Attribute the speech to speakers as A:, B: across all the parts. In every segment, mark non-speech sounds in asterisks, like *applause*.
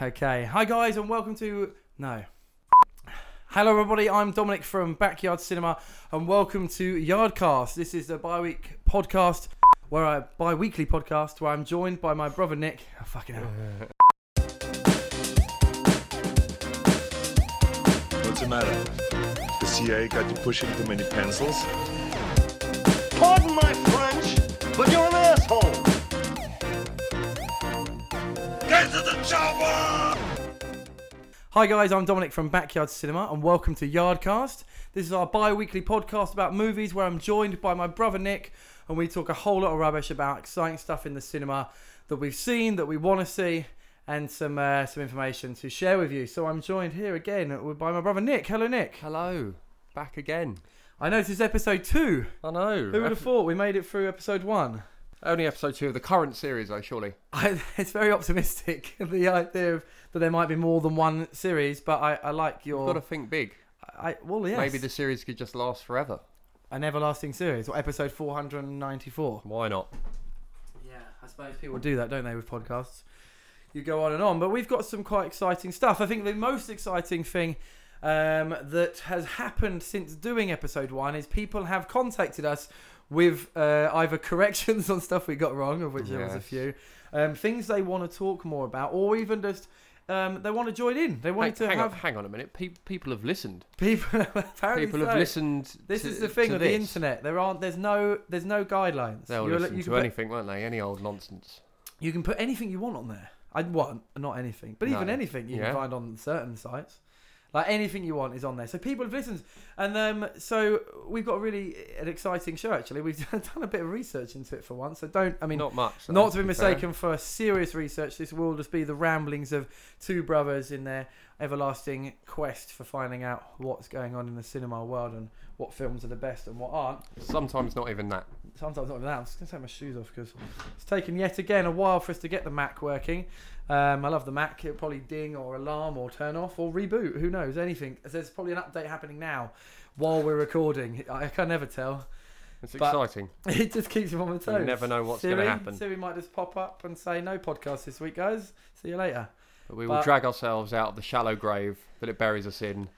A: Okay. Hi, guys, and welcome to. No. Hello, everybody. I'm Dominic from Backyard Cinema, and welcome to Yardcast. This is a bi week podcast, where I bi weekly podcast, where I'm joined by my brother Nick. Oh, fucking hell.
B: What's the matter? The CIA got you pushing too many pencils?
C: Pardon my French, but you're an asshole.
B: Get to the chopper!
A: Hi, guys, I'm Dominic from Backyard Cinema, and welcome to Yardcast. This is our bi weekly podcast about movies where I'm joined by my brother Nick, and we talk a whole lot of rubbish about exciting stuff in the cinema that we've seen, that we want to see, and some, uh, some information to share with you. So I'm joined here again by my brother Nick. Hello, Nick.
D: Hello, back again.
A: I know this is episode two.
D: I know.
A: Who would have thought we made it through episode one? *laughs*
D: Only episode two of the current series, though, surely.
A: I, it's very optimistic, *laughs* the idea of that there might be more than one series, but I, I like your.
D: Got to think big.
A: I, well, yes.
D: Maybe the series could just last forever.
A: an everlasting series or episode 494
D: Why not?
A: yeah i suppose people do that don't they with podcasts you go on and on but we've got some quite exciting stuff i think the most exciting thing um, that has happened since doing episode one is people have contacted us with uh, either *laughs* corrections on stuff we got wrong of which there was a
D: Yes.
A: few um, things they want to talk more about or even just um, they want to join in they
D: Hang,
A: wanted to
D: hang
A: have
D: on, hang on a minute. Pe- people have listened.
A: people *laughs* apparently
D: people have
A: so.
D: listened.
A: this
D: to-
A: is the thing
D: to
A: on the
D: this.
A: internet. There aren't. There's no. There's no guidelines.
D: They'll
A: You're-
D: listen
A: you
D: to
A: can put-
D: anything, won't they? Any old nonsense.
A: You can put anything you want on there. I want not anything, but even
D: No.
A: anything you
D: Yeah.
A: can find on certain sites. Like anything you want is on there. So people have listened, and um, so we've got really eh, an exciting show. Actually, we've *laughs* done a bit of research into it for once. So don't. I mean,
D: not much. though,
A: not to be
D: fair.
A: mistaken for serious research, this will just be the ramblings of two brothers in their everlasting quest for finding out what's going on in the cinema world and what films are the best and what aren't.
D: Sometimes not even that.
A: Sometimes not even that. I'm just gonna take my shoes off because it's taken yet again a while for us to get the Mac working. Um, I love the Mac. It'll probably ding or alarm or turn off or reboot. Who knows? Anything. There's probably an update happening now while we're recording. I can never tell. *laughs*
D: It's
A: But-
D: exciting.
A: It just keeps you on the toes.
D: never know what's gonna
A: Siri-
D: happen.
A: Siri might just pop up and say no podcast this week, guys. See you later.
D: But we will
A: but-
D: drag ourselves out of the shallow grave that it buries us in,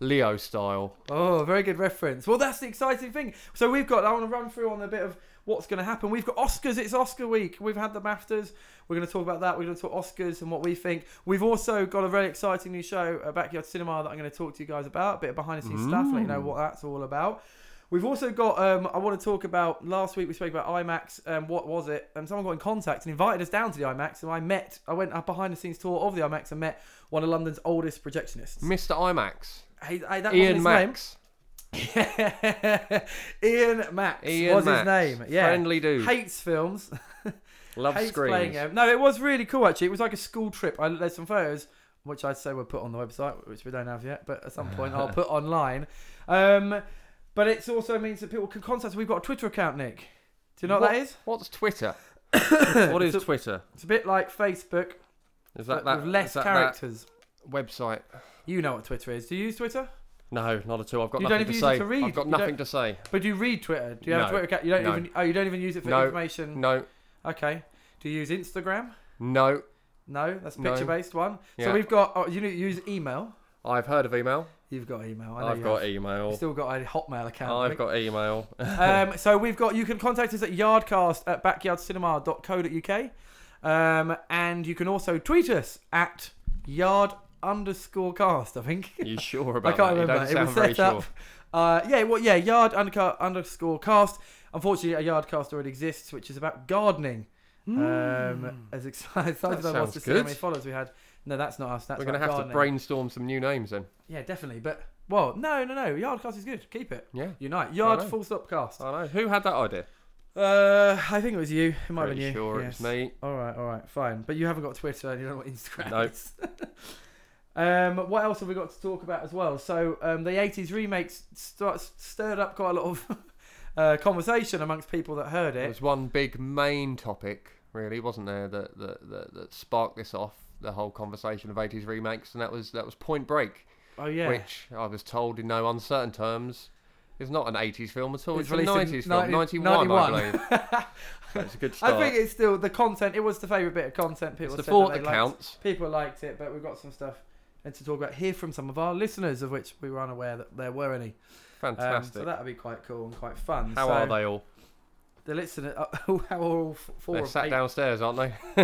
D: Leo style.
A: Oh, very good reference. Well, that's the exciting thing. So we've got. I want to run through on a bit of what's going to happen. We've got Oscars. It's Oscar week. We've had the Maftas. We're going to talk about that. We're going to talk Oscars and what we think. We've also got a very exciting new show at Backyard Cinema that I'm going to talk to you guys about. A bit of behind the scenes stuff. Let you know
D: Mm.
A: what that's all about. We've also got. Um, I want to talk about last week. We spoke about IMAX. Um, what was it? And someone got in contact and invited us down to the IMAX. And I met. I went a behind the scenes tour of the IMAX and met one of London's oldest projectionists.
D: Mr. IMAX.
A: Hey, hey, that wasn't his
D: Ian
A: name.
D: Max.
A: *laughs* Ian Max
D: Ian
A: was
D: Max.
A: his name. Yeah,
D: Friendly dude.
A: Hates films.
D: Love
A: hates
D: screens.
A: playing them. No, it was really cool actually. It was like a school trip. I, there's some photos which I'd say were put on the website, which we don't have yet, but at some point
D: *laughs*
A: I'll put online. Um, but it also means that people can contact. us. We've got a Twitter account, Nick. Do you know what, that is? *coughs*
D: What's Twitter? what is
A: It's
D: Twitter?
A: It's a bit like Facebook,
D: Is
A: but
D: that that
A: uh, with less
D: is that
A: characters.
D: that website?
A: You know what Twitter is. Do you use Twitter?
D: No, not at all. I've got
A: You don't even
D: nothing to
A: use
D: say.
A: it to read.
D: I've got
A: You
D: nothing
A: don't-
D: to say.
A: But do you read Twitter? Do you have a
D: No.
A: Twitter account? You don't
D: No.
A: even. Oh, you don't even use it for
D: No.
A: information.
D: No,
A: Okay. Do you use Instagram?
D: no.
A: No, that's a
D: No.
A: picture based one. So
D: Yeah.
A: we've got oh, you know, you use email.
D: I've heard of email.
A: You've got email. I know
D: I've
A: you
D: got
A: have. You've
D: email.
A: Still got a Hotmail account.
D: I've got *laughs* email.
A: *laughs* um, so we've got. You can contact us at yardcast at backyardcinema.co.uk, um, and you can also tweet us at yard underscore cast. I think. *laughs*
D: you sure
A: I
D: about
A: can't
D: that? You
A: remember.
D: don't
A: It was
D: sound very
A: set up.
D: sure.
A: Uh, yeah, well, yeah, yard underco- underscore cast. Unfortunately, a yard cast already exists, which is about gardening. Um, as excited *laughs* as I was
D: Hmm. sounds
A: to see how
D: good.
A: many followers we had. No, that's not us. That's
D: We're going to
A: about gardening.
D: have to brainstorm some new names then.
A: Yeah, definitely. But well, no, no, no. Yard cast is good. Keep it.
D: Yeah.
A: Unite. Yard
D: know.
A: full stop cast.
D: I know. Who had that idea?
A: Uh, I think it was you. It might have been
D: Pretty
A: you.
D: sure
A: yes.
D: it was me.
A: All right, all right, fine. But you haven't got Twitter and you don't know what Instagram
D: No.
A: is. *laughs* um, what else have we got to talk about as well? So um, the 80s remakes start, stirred up quite a lot of *laughs* uh, conversation amongst people that heard
D: There
A: it.
D: was one big main topic, really, wasn't there, that, that, that, that sparked this off, the whole conversation of
A: *laughs*
D: 80s remakes, and that was, that was Point Break,
A: Oh, yeah.
D: which I was told in no uncertain terms It's not an 80s film at all.
A: It's
D: It's, a
A: released in
D: 90s film.
A: 90
D: 91, I
A: 91.
D: believe.
A: *laughs*
E: That's a good start.
A: I think it's still the content. It was the favourite bit of content. People
D: It's the
A: said
D: thought
A: they
D: that
A: liked. um,
D: counts.
A: People liked it, but we've got some stuff and to talk about here from some of our listeners, of which we were unaware that there were any. Um,
D: Fantastic.
A: so that uh, would be quite cool and quite fun.
D: How
A: So
D: are they all?
A: The listener, *laughs* oh, how are all f- four
D: They're
A: of
D: sat
A: eight-
D: downstairs, aren't they?
A: *laughs*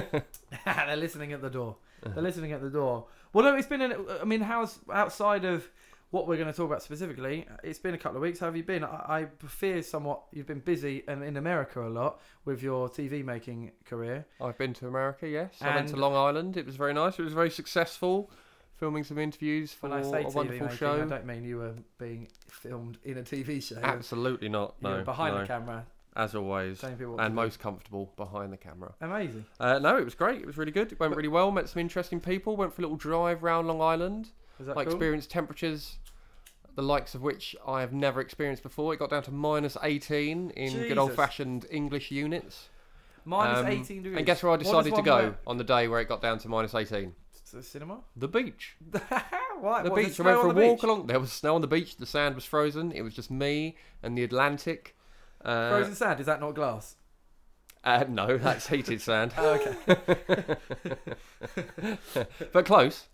A: They're listening at the door.
D: Uh-huh.
A: They're listening at the door. Well, no, it's been. An, I mean, how's outside of what we're going to talk about specifically? It's been a couple of weeks. How have you been? I, I fear somewhat you've been busy and in America a lot with your TV making career.
D: I've been to America, yes. I went to
A: And-
D: Long Island. It was very nice. It was very successful. Filming some interviews for
A: When I say
D: a
A: TV
D: wonderful
A: making, I
D: show.
A: don't mean you were being filmed in a TV show.
D: Absolutely not.
A: you
D: No,
A: were behind
D: no.
A: the camera,
D: as always,
A: telling people what
D: and
A: to do.
D: most comfortable behind the camera.
A: Amazing.
D: Uh, no, it was great. It was really good. It went really well. Met some interesting people. Went for a little drive round Long Island.
A: Is that
D: I
A: cool?
D: experienced temperatures, the likes of which I have never experienced before. It got down to minus 18 in
A: Jesus.
D: good old-fashioned English units.
A: Minus
D: Um,
A: 18 degrees.
D: And guess where I
A: What does
D: decided to
A: one
D: go
A: wear?
D: on the day where it got down to minus 18?
A: S- s- cinema. *laughs*
D: The beach.
A: Why? What,
D: The
A: does it
D: beach. I went
A: snow
D: for a
A: on the
D: walk
A: beach?
D: along. There was snow on the beach. The sand was frozen. It was just me and the Atlantic. Uh,
A: Frozen sand. Is that not glass?
D: *laughs* Uh, no, that's heated sand. *laughs*
A: Oh, okay.
D: but close.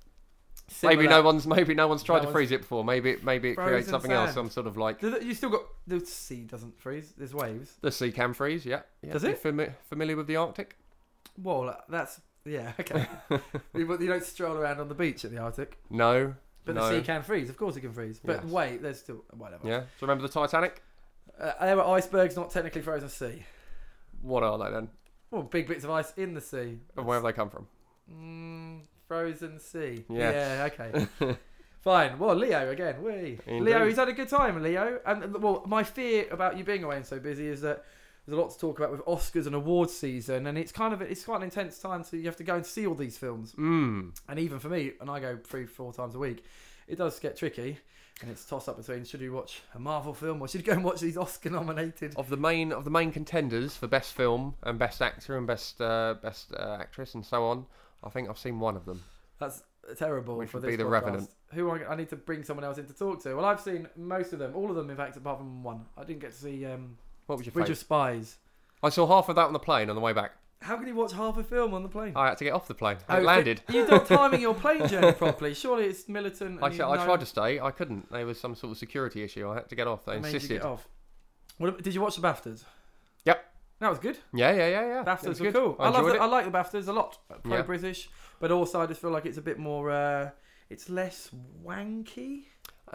D: Maybe
A: Similar.
D: no one's maybe no one's tried
A: No
D: to
A: one's-
D: freeze it before. Maybe it, maybe it creates
A: Frozen
D: something else,
A: sand.
D: some sort of like
A: Does it- You still got the sea doesn't freeze. There's waves.
D: the sea can freeze. Yeah, yeah.
A: Does
D: You
A: it?
D: fami- familiar with the Arctic?
A: Well, uh, that's yeah *laughs*
D: *laughs*
A: okay. you, but you don't stroll around on the beach at the Arctic,
D: No.
A: but
D: no.
A: the sea can freeze. Of course it can freeze. But
D: Yes.
A: wait, there's still whatever.
D: Yeah. Do you remember the Titanic?
A: Uh, there were icebergs, not technically frozen sea.
D: What are they then?
A: Well, big bits of ice in the sea.
D: And where have they come from?
A: Mm, frozen sea.
D: Yes.
A: Yeah. Okay. Fine. Well, Leo again. We Leo,
D: Indeed.
A: he's had a good time, Leo. And uh, well, my fear about you being away and so busy is that there's a lot to talk about with Oscars and awards season, and it's kind of it's quite an intense time, so you have to go and see all these films.
D: Mm.
A: And even for me, and I go three, four times a week, it does get tricky. And it's toss up between should you watch a Marvel film or should you go and watch these Oscar nominated?
D: Of the main of the main contenders for best film and best actor and best uh, best uh, actress and so on, I think I've seen one of them.
A: That's terrible.
D: Which
A: for
D: would
A: this
D: be The
A: podcast.
D: Revenant.
A: Who I, I need to bring someone else in to talk to. Well, I've seen most of them, all of them, in fact, apart from one. I didn't get to see um,
D: What was your
A: Bridge
D: favourite?
A: of Spies.
D: I saw half of that on the plane on the way back.
A: How can you watch half a film on the plane?
D: I had to get off the plane.
A: Oh,
D: it landed.
A: You're
D: *laughs*
A: not timing your plane journey properly. Surely it's militant. And
D: I,
A: you
D: tr- I
A: know-
D: tried to stay. I couldn't. There was some sort of security issue. I had to get off. They
A: I made you
D: insisted.
A: get off. What, ab- did you watch the Baftas?
D: Yep.
A: That was good.
D: Yeah, yeah, yeah, yeah. It was
A: BAFTAs were
D: good.
A: cool. I,
D: enjoyed
A: love the,
D: it.
A: I like the BAFTAs a lot. Pro
D: Yeah.
A: British, but also I just feel like it's a bit more. Uh, it's less wanky.
D: Uh,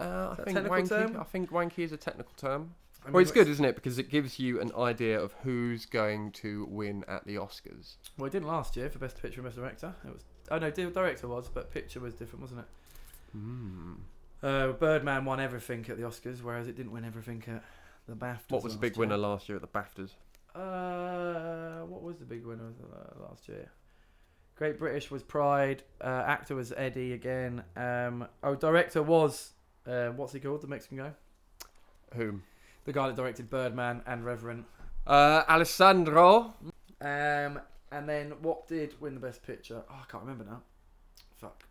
A: Is that
D: I
A: a
D: think
A: technical
D: wanky.
A: term?
D: I think wanky is a technical term.
A: I mean,
D: well, it's
A: what-
D: good, isn't it? Because it gives you an idea of who's going to win at the Oscars.
A: Well, it didn't last year for best picture and best director. It was oh no, di- director was, but picture was different, wasn't it? Uh, Birdman won everything at the Oscars, whereas it didn't win everything at the BAFTAs.
D: What was the
A: last
D: big
A: year.
D: winner last year at the BAFTAs?
A: Uh, what was the big winner of the- last year? Great British was Pride. Uh, actor was Eddie again. Um, oh, director was uh, what's he called? The Mexican guy,
D: Whom?
A: the guy that directed Birdman and Reverend.
D: Uh, Alessandro.
A: Um, and then what did win the best picture? Oh, I can't remember now. Fuck.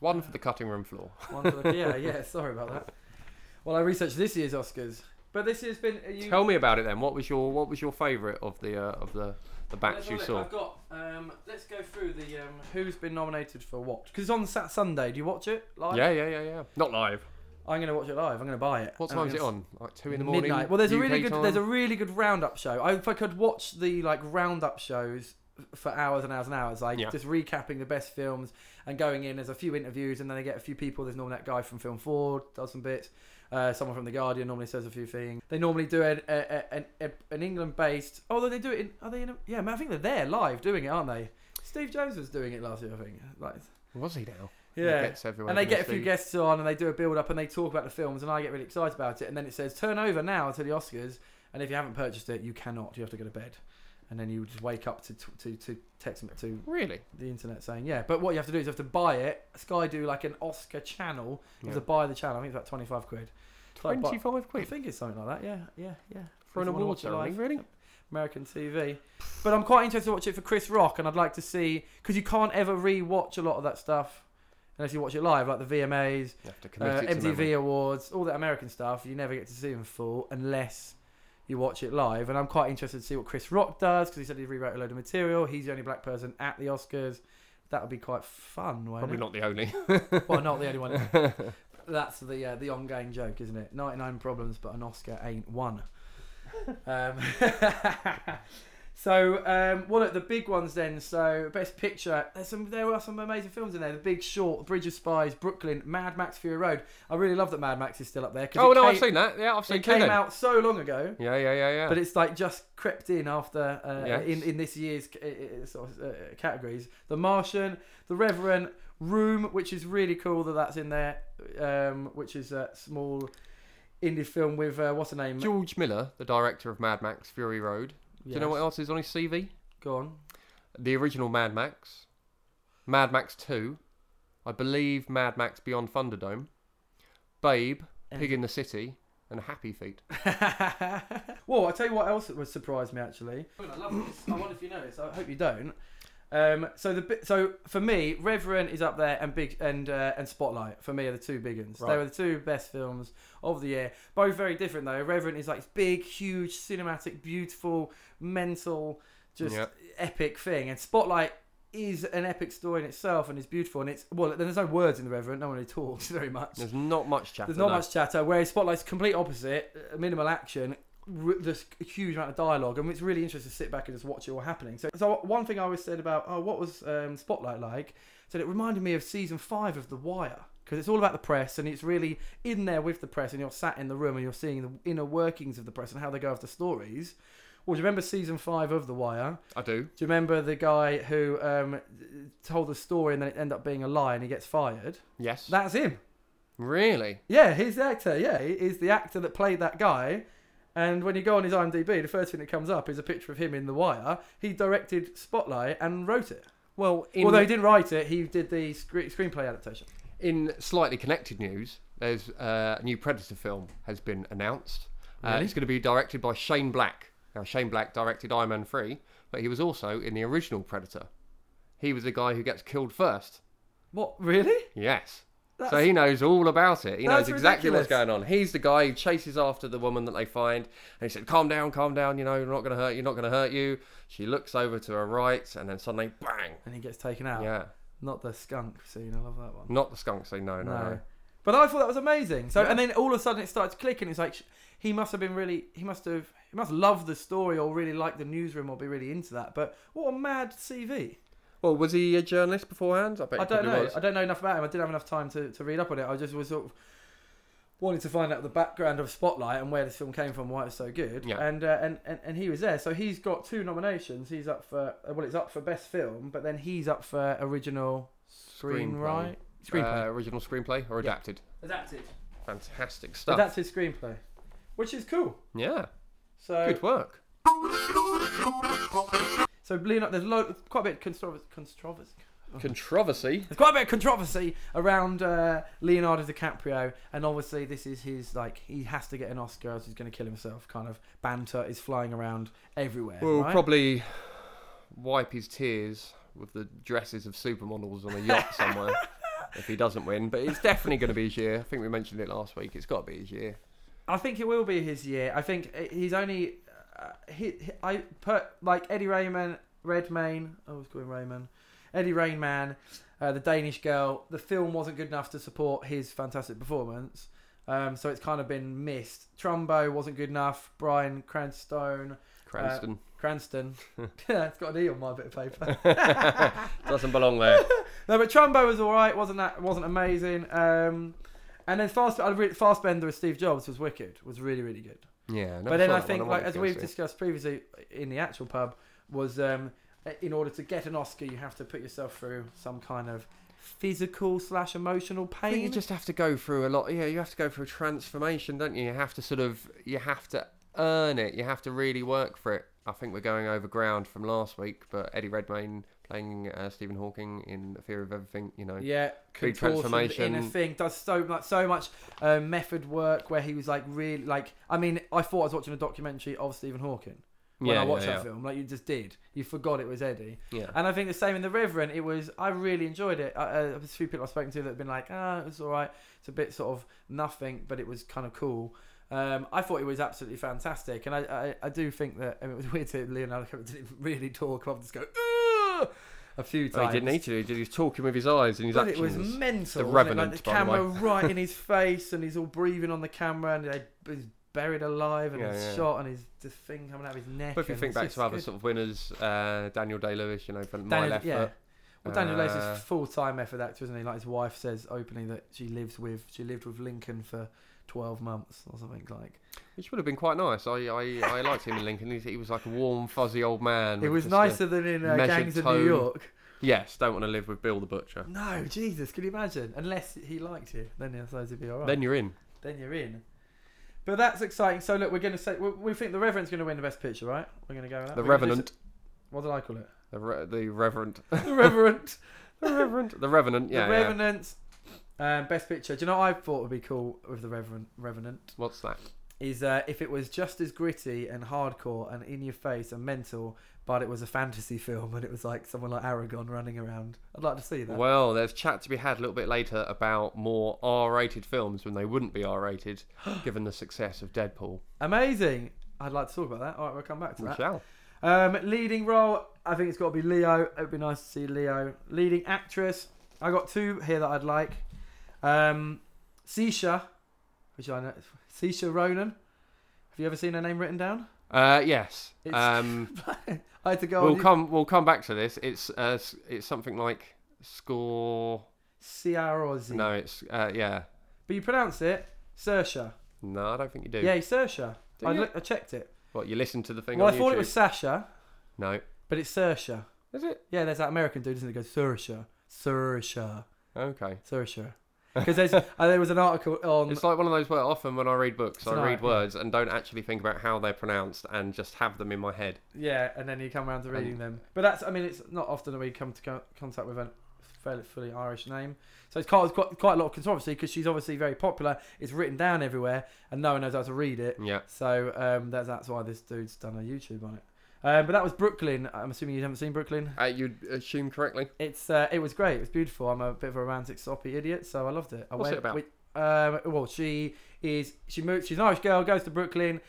D: One for the cutting room floor.
A: One for the, yeah, *laughs* yeah. Sorry about that. Well, I researched this year's Oscars, but this year's been. Are you,
D: Tell me about it then. What was your What was your favourite of the uh, of the the
A: Let's
D: backs you
A: have a
D: saw?
A: look. I've got. Um, let's go through the um, who's been nominated for what. Because it's on Sat Sunday. Do you watch it live?
D: Yeah, yeah, yeah, yeah. Not live.
A: I'm gonna watch it live. I'm gonna buy it.
D: What
A: And
D: time
A: I'm
D: is it
A: gonna-
D: on? Like two in the morning.
A: Oh, Midnight. Well, there's a
D: UK
A: really good.
D: time?
A: There's a really good roundup show. I, if I could watch the like roundup shows for hours and hours and hours, like
D: Yeah.
A: just recapping the best films and going in. There's a few interviews, and then they get a few people. There's normally that guy from Film Four does some bits. Uh, someone from the Guardian normally says a few things. They normally do an a, a, a, an England-based. Although they do it in. Are they in? A, yeah, I, mean, I think they're there live doing it, aren't they? Steve Jones was doing it last year, I think. Like,
D: Was he now?
A: yeah.
D: He gets everyone
A: and they
D: to
A: get a few
D: see-
A: guests on and they do a build up and they talk about the films and I get really excited about it and then it says turn over now to the Oscars and if you haven't purchased it you cannot you have to go to bed and then you just wake up to to to text me to
D: Really?
A: the internet saying yeah but what you have to do is you have to buy it Sky do like an Oscar channel you have
D: Yeah.
A: to buy the channel I think it's about 25 quid It's like buy-
D: Twenty-five
A: I
D: quid
A: think it's something like that yeah yeah yeah
D: for an
A: If you wanna
D: award
A: watch it live.
D: ceremony, really?
A: American TV. But I'm quite interested to watch it for Chris Rock, and I'd like to see because you can't ever re-watch a lot of that stuff unless you watch it live, like the VMAs,
D: You have to commit
A: uh,
D: it to memory.
A: MTV Awards, all that American stuff. You never get to see in full unless you watch it live. And I'm quite interested to see what Chris Rock does because he said he rewrote a load of material. He's the only black person at the Oscars. That would be quite fun, won't
D: Probably
A: it?
D: not the
A: *laughs*
D: only.
A: Well, not the only
D: *laughs*
A: one. That's the uh, the ongoing joke, isn't it? 99 problems, but an Oscar ain't one. Um, *laughs* so, um, well, look, the big ones then. So, best picture. There's some. There are some amazing films in there. The Big Short, Bridge of Spies, Brooklyn, Mad Max: Fury Road. I really love that Mad Max is still up there. 'cause
D: oh
A: it
D: no,
A: came,
D: I've seen that. Yeah, I've seen
A: It came
D: Kingdom.
A: out so long ago.
D: Yeah, yeah, yeah, yeah.
A: But it's like just crept in after uh,
D: Yes.
A: in in this year's c- uh, uh, sort of uh, categories. The Martian, The Reverend, Room, which is really cool that that's in there, um, which is a small indie film with uh, what's her name?
D: George Miller, the director of Mad Max Fury Road. Do you know
A: Yes.
D: what else is on his CV?
A: Go on.
D: The original Mad Max, Mad Max 2, I believe Mad Max Beyond Thunderdome, Babe, Pig in the City, and Happy Feet.
A: *laughs* well, I tell you what else that would surprise me actually. Oh, I love this. I wonder if you know this. I hope you don't. Um, so the bi- so for me, Reverend is up there, and big and uh, and Spotlight for me are the two big ones. They
D: Right.
A: were the two best films of the year. Both very different though. Reverend is like this big, huge, cinematic, beautiful, mental, just
D: Yep.
A: epic thing, and Spotlight is an epic story in itself and is beautiful and it's well there's no words in the reverend no one really talks *laughs* very much
D: There's not much chatter.
A: there's not
D: no.
A: much chatter. Whereas Spotlight's complete opposite, uh, minimal action, r- there's a huge amount of dialogue, and it's really interesting to sit back and just watch it all happening. So, so one thing I always said about oh, what was um, Spotlight like? Said it reminded me of season five of The Wire because it's all about the press and it's really in there with the press, and you're sat in the room and you're seeing the inner workings of the press and how they go after stories. Well, do you remember season five of The Wire?
D: I do.
A: Do you remember the guy who um, told the story and then it ended up being a lie and he gets fired?
D: Yes.
A: That's him.
D: Really?
A: Yeah, he's the actor. Yeah, he is the actor that played that guy. And when you go on his IMDb, the first thing that comes up is a picture of him in The Wire. He directed Spotlight and wrote it.
D: Well, in,
A: Although he didn't write it, he did the scre- screenplay adaptation.
D: in slightly connected news, there's uh, a new Predator film has been announced. Uh, it's going to be directed by Shane Black. Now, Shane Black directed Iron Man 3, but he was also in the original Predator. He was the guy who gets killed first.
A: What? Really?
D: Yes. so
A: That's-
D: he knows all about it. He knows
A: That's
D: exactly what's
A: ridiculous.
D: going on. He's the guy who chases after the woman that they find, and he said, "Calm down, calm down. You know, you're not going to hurt. you, You're not going to hurt you." She looks over to her right, and then suddenly, bang!
A: And he gets taken out.
D: Yeah,
A: Not the skunk scene. I love that one.
D: not the skunk scene. No, no, no.
A: No. But I thought that was amazing. So and then all of a sudden it starts clicking. It's like sh- he must have been really he must have he must love the story or really like the newsroom or be really into that. But what a mad CV.
D: Well, was he a journalist beforehand? I bet.
A: I
D: he
A: don't
D: probably
A: know.
D: Was.
A: I don't know enough about him. I didn't have enough time to, to read up on it. I just was sort of wanting to find out the background of Spotlight and where this film came from, why it was so good.
D: Yeah.
A: And, uh, and and and he was there. So he's got two nominations. He's up for uh, well, it's up for best film, but then he's up for original screenwrite
D: Screenplay.
A: screenplay.
D: Uh, original screenplay or
A: Yeah.
D: adapted?
A: adapted.
D: Fantastic stuff.
A: Adapted screenplay, which is cool.
D: yeah,
A: So
D: good work.
A: so Leonardo, there's lo- quite a bit of controversy. controversy.
D: Controversy.
A: There's quite a bit of controversy around uh, Leonardo DiCaprio, and obviously this is his like he has to get an Oscar, or he's going to kill himself. Kind of banter is flying around everywhere.
D: We'll
A: right?
D: probably wipe his tears with the dresses of supermodels on a yacht *laughs* somewhere if he doesn't win. But it's definitely going to be his year. I think we mentioned it last week. It's got to be his year.
A: I think it will be his year. I think he's only uh, he, he- I put like Eddie Raymond, Redmayne. I was calling Raymond, Eddie Rainman, uh, the Danish girl. The film wasn't good enough to support his fantastic performance, um, so it's kind of been missed. Trumbo wasn't good enough. Brian Cranstone.
D: Cranston *laughs*
A: Cranston. *laughs* yeah, it's got an E on my bit of paper.
D: doesn't belong *laughs* there.
A: no, but Trumbo was all right. wasn't that wasn't amazing. Um, and then Fast I re- Fastbender as Steve Jobs was wicked. Was really really good.
D: Yeah,
A: but then I think like as we've discussed previously in the actual pub was um, in order to get an Oscar you have to put yourself through some kind of physical slash emotional
D: I think
A: pain.
D: you just have to go through a lot. Yeah, you have to go through a transformation, don't you? You have to sort of, you have to earn it. You have to really work for it. I think we're going over ground from last week, but Eddie Redmayne playing uh, Stephen Hawking in Fear of Everything, you know,
A: yeah,
D: Big
A: contorted in
D: transformation.
A: a thing does so much, so much uh, method work where he was like really like. I mean, I thought I was watching a documentary of Stephen Hawking. when
D: Yeah,
A: I watched
D: yeah,
A: that
D: yeah.
A: film. Like you just did. You forgot it was Eddie.
D: Yeah.
A: And I think the same in The Reverend. It was. I really enjoyed it. I, uh, there's a few people I've spoken to that have been like, ah, it's all right. It's a bit sort of nothing, but it was kind of cool. Um, I thought it was absolutely fantastic, and I, I, I do think that I mean, it was *laughs* weird that Leonardo DiCaprio didn't really talk. I'll just go "Ugh," a few
D: Oh,
A: times.
D: he didn't need to. do it, He was talking with his eyes and his
A: But it
D: actions.
A: was mental. wasn't
D: The
A: it?
D: Revenant,
A: like the
D: by the way.
A: camera right
D: *laughs*
A: in his face, and he's all breathing on the camera, and they- he's buried alive, and
D: Yeah,
A: he's
D: yeah.
A: shot, and his the thing coming out of his neck.
D: But if you
A: and
D: think
A: it's
D: back
A: just
D: to other
A: good.
D: sort of winners, uh, Daniel Day Lewis, you know, for my
A: Daniel-
D: left
A: yeah.
D: foot.
A: Well, Daniel Lewis
D: Uh,
A: is full time effort actor, isn't he? Like his wife says openly that she lives with she lived with Lincoln for twelve months or something like.
D: Which would have been quite nice. I, I, I liked him in Lincoln. He, he was like a warm, fuzzy old man.
A: It
D: with
A: was
D: just a-
A: nicer than in uh,
D: measured
A: Gangs of New
D: tone.
A: York.
D: yes, don't want to live with Bill the Butcher.
A: No, Jesus, can you imagine? Unless he liked you, then I suppose it'd be alright.
D: Then you're in.
A: then you're in. But that's exciting. So look, we're going to say we, we think the Reverend's going to win the best picture, right? We're going to go with that.
D: The
A: We're gonna do
D: Revenant.
A: s- What did I call
D: *laughs*
A: it?
D: The, re- the Reverend.
A: The Reverend.
D: the Reverend. *laughs* The Revenant, yeah.
A: the
D: yeah.
A: Revenant. Um, best picture. Do you know what I thought would be cool with the Reverend? Revenant
D: What's that?
A: is uh, if it was just as gritty and hardcore and in your face and mental, but it was a fantasy *laughs* film and it was like someone like Aragon running around. I'd like to see that.
D: Well, there's chat to be had a little bit later about more R-rated films when they wouldn't be R-rated,
A: *gasps*
D: given the success of Deadpool.
A: Amazing. I'd like to talk about that. All right, we'll come back to
D: We
A: that. *laughs*
D: shall.
A: Um, leading role, I think it's got to be Leo. It'd be nice to see Leo. Leading actress, I got two here that I'd like. Um, Sisha, which I know, Sisha Ronan. Have you ever seen her name written down?
D: Uh, yes.
A: It's- Oh,
D: Um,
A: *laughs* I had to go.
D: we'll
A: on
D: come. We'll come back to this. It's uh, s- it's something like score.
A: Ciarozi.
D: No, it's uh, yeah.
A: But you pronounce it Sersha.
D: No, I don't think you do.
A: Yeah, Sersha.
D: Do
A: I,
D: you?
A: looked, I checked it.
D: What you listen to the thing?
A: Well, I
D: on
A: thought
D: YouTube?
A: it was Sasha,
D: No.
A: but it's Sersha.
D: Is it?
A: Yeah, there's that American dude, isn't it? Goes Sersha, Sersha,
D: Okay. *laughs*
A: Sersha. Because there's uh, there was an article on
D: It's like one of those where often when I read books, I
A: not-
D: read words and don't actually think about how they're pronounced and just have them in my head.
A: Yeah, and then you come around to reading them. But that's, I mean, it's not often that we come to co- contact with a fairly fully Irish name. So it's caused quite, quite a lot of controversy because she's obviously very popular. It's written down everywhere, and no one knows how to read it.
D: Yeah.
A: So um, that's, that's why this dude's done a YouTube on it. Um, but that was Brooklyn. I'm assuming you haven't seen Brooklyn.
D: Uh, you'd assume correctly.
A: It's uh, it was great. It was beautiful. I'm a bit of a romantic soppy idiot, so I loved it. I
D: What's it about?
A: we- um, well, she is she moves. She's an Irish girl. Goes to Brooklyn,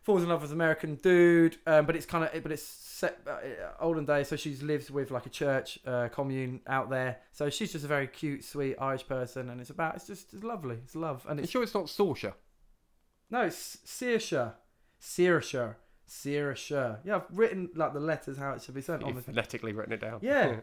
A: falls in love with an American dude. Um, but it's kind of but it's set uh, olden days. So she lives with like a church uh, commune out there. So she's just a very cute, sweet Irish person, and it's about it's just it's lovely. It's love, and
D: You
A: it's
D: sure it's not Sorsha?
A: no, it's Searsha, Searsha, Searsha. Yeah, I've written like the letters how it should be sent on
D: You've
A: the
D: phonetically written it down.
A: yeah.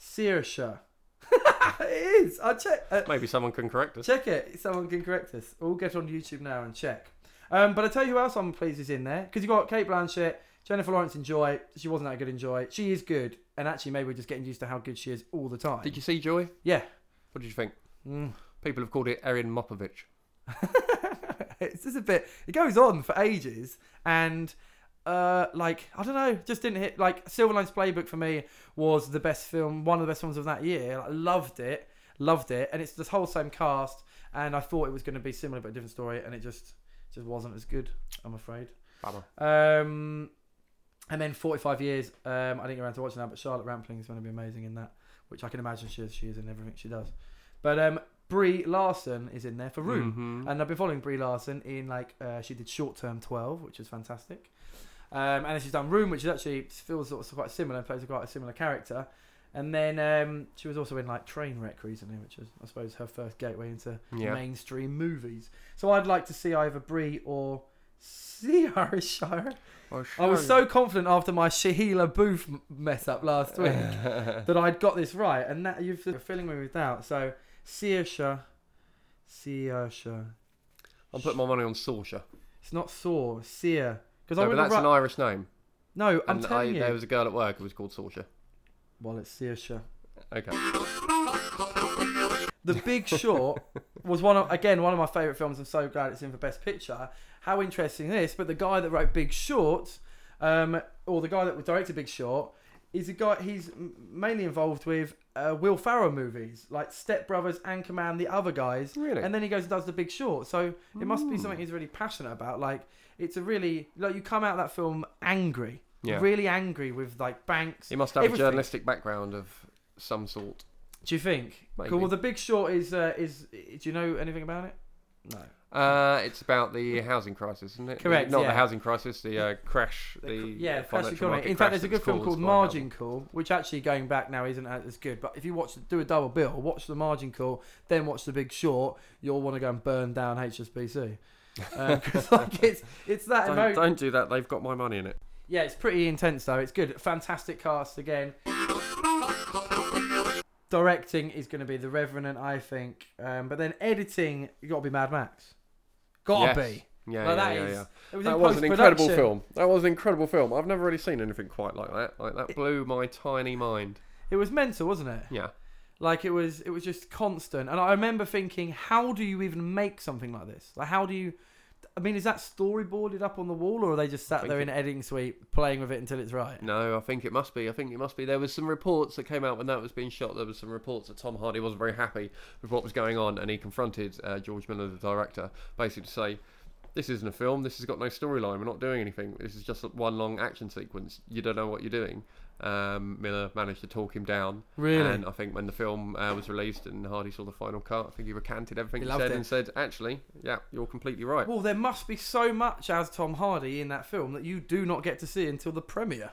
A: Searsha. *laughs* it is. I check. Uh,
D: *laughs* Maybe someone can correct us.
A: check it. Someone can correct us. We'll get on YouTube now and check. Um, but I tell you who else I'm pleased is in there because you got Kate Blanchett, Jennifer Lawrence in Joy. She wasn't that good in Joy. She is good, and actually maybe we're just getting used to how good she is all the time.
D: Did you see Joy?
A: Yeah.
D: What did you think?
A: Mm.
D: People have called it Erin Mopovich.
A: *laughs* it's just a bit. It goes on for ages, and uh, like I don't know, just didn't hit. Like Silver Linings Playbook for me was the best film, one of the best films of that year. I loved it, loved it, and it's this whole same cast. And I thought it was going to be similar but a different story, and it just just wasn't as good. I'm afraid.
D: Bummer.
A: Um, and then 45 years. Um, I didn't get around to watching that, but Charlotte Rampling is going to be amazing in that, which I can imagine she is. She is in everything she does. But um, Brie Larson is in there for Room, and I've been following Brie Larson in like uh, she did Short Term 12, which is fantastic. Um, and then she's done Room, which is actually feels sort of quite similar, plays quite a similar character. And then um, she was also in like Trainwreck recently, which is I suppose her first gateway into
D: Yeah.
A: mainstream movies. So I'd like to see either Brie or *laughs* Ciara Shire. I was so confident after my Shahila Booth m- mess up last
D: *laughs*
A: week that I'd got this right, and that you've you're filling me with doubt. So Sirsha, Sirsha.
D: I'm putting my money on Sorsha.
A: It's not Saw, Sear. Because I
D: No, but
A: would have
D: that's an
A: ru-
D: Irish name.
A: no. I'm
D: And I,
A: telling
D: there
A: you.
D: was a girl at work who was called Sorsha.
A: Well, it's Sirsha.
D: Okay.
A: The Big Short was one of again one of my favourite films. I'm so glad it's in for Best Picture. How interesting this! But the guy that wrote Big Short, um, or the guy that directed Big Short, He's a guy. He's m- mainly involved with uh, Will Farrell movies like Step Brothers, Anchorman, the other guys.
D: Really? Hmm.
A: And then he goes and does The Big Short. So it must be something he's really passionate about. Like it's a really like you come out of that film angry,
D: Yeah.
A: really angry with like banks.
D: He must have
A: everything.
D: a journalistic background of some sort.
A: Do you think?
D: Maybe.
A: Cool. Well, The Big Short is uh, is. Do you know anything about it? No.
D: Uh, it's about the housing crisis, isn't it?
A: Correct,
D: Not
A: yeah.
D: the housing crisis, the uh, crash, the,
A: yeah, Crash
D: financial
A: Economy.
D: market
A: In
D: crash
A: fact, there's a
D: that was
A: good film
D: caused
A: called
D: by
A: Margin Call, which actually going back now isn't as good. But if you watch, do a double bill, watch the Margin Call, then watch the Big Short. You'll want to go and burn down HSBC. *laughs* Because Uh, like it's it's that
E: Don't,
A: emo-
E: don't do that. They've got my money in it.
A: yeah, it's pretty intense though. It's good. Fantastic cast again. Directing is going to be The Revenant, I think. Um, but then editing, you got to be Mad Max. Gotta
D: Yes.
A: be.
D: Yeah,
A: Like,
D: yeah,
A: that
D: yeah,
A: is-
D: yeah.
A: it was
D: That
A: in
D: was an incredible
A: post-production.
D: film. That was an incredible film. I've never really seen anything quite like that. Like that blew my tiny mind.
A: It was mental, wasn't it?
D: Yeah.
A: Like it was, it was just constant. And I remember thinking, how do you even make something like this? Like, how do you? I mean, is that storyboarded up on the wall, or are they just sat
D: think
A: there in an editing suite playing with it until it's right?
D: No, I think it must be. I think it must be. There was some reports that came out when that was being shot. There was some reports that Tom Hardy wasn't very happy with what was going on, and he confronted uh, George Miller, the director, basically to say, "This isn't a film. This has got no storyline. We're not doing anything. This is just one long action sequence. You don't know what you're doing." Um, Miller managed to talk him down.
A: Really?
D: And I think when the film uh, was released and Hardy saw the final cut, I think he recanted everything
A: He
D: he,
A: loved
D: said
A: it.
D: and said, "Actually, yeah, you're completely right."
A: Well, there must be so much as Tom Hardy in that film that you do not get to see until the premiere.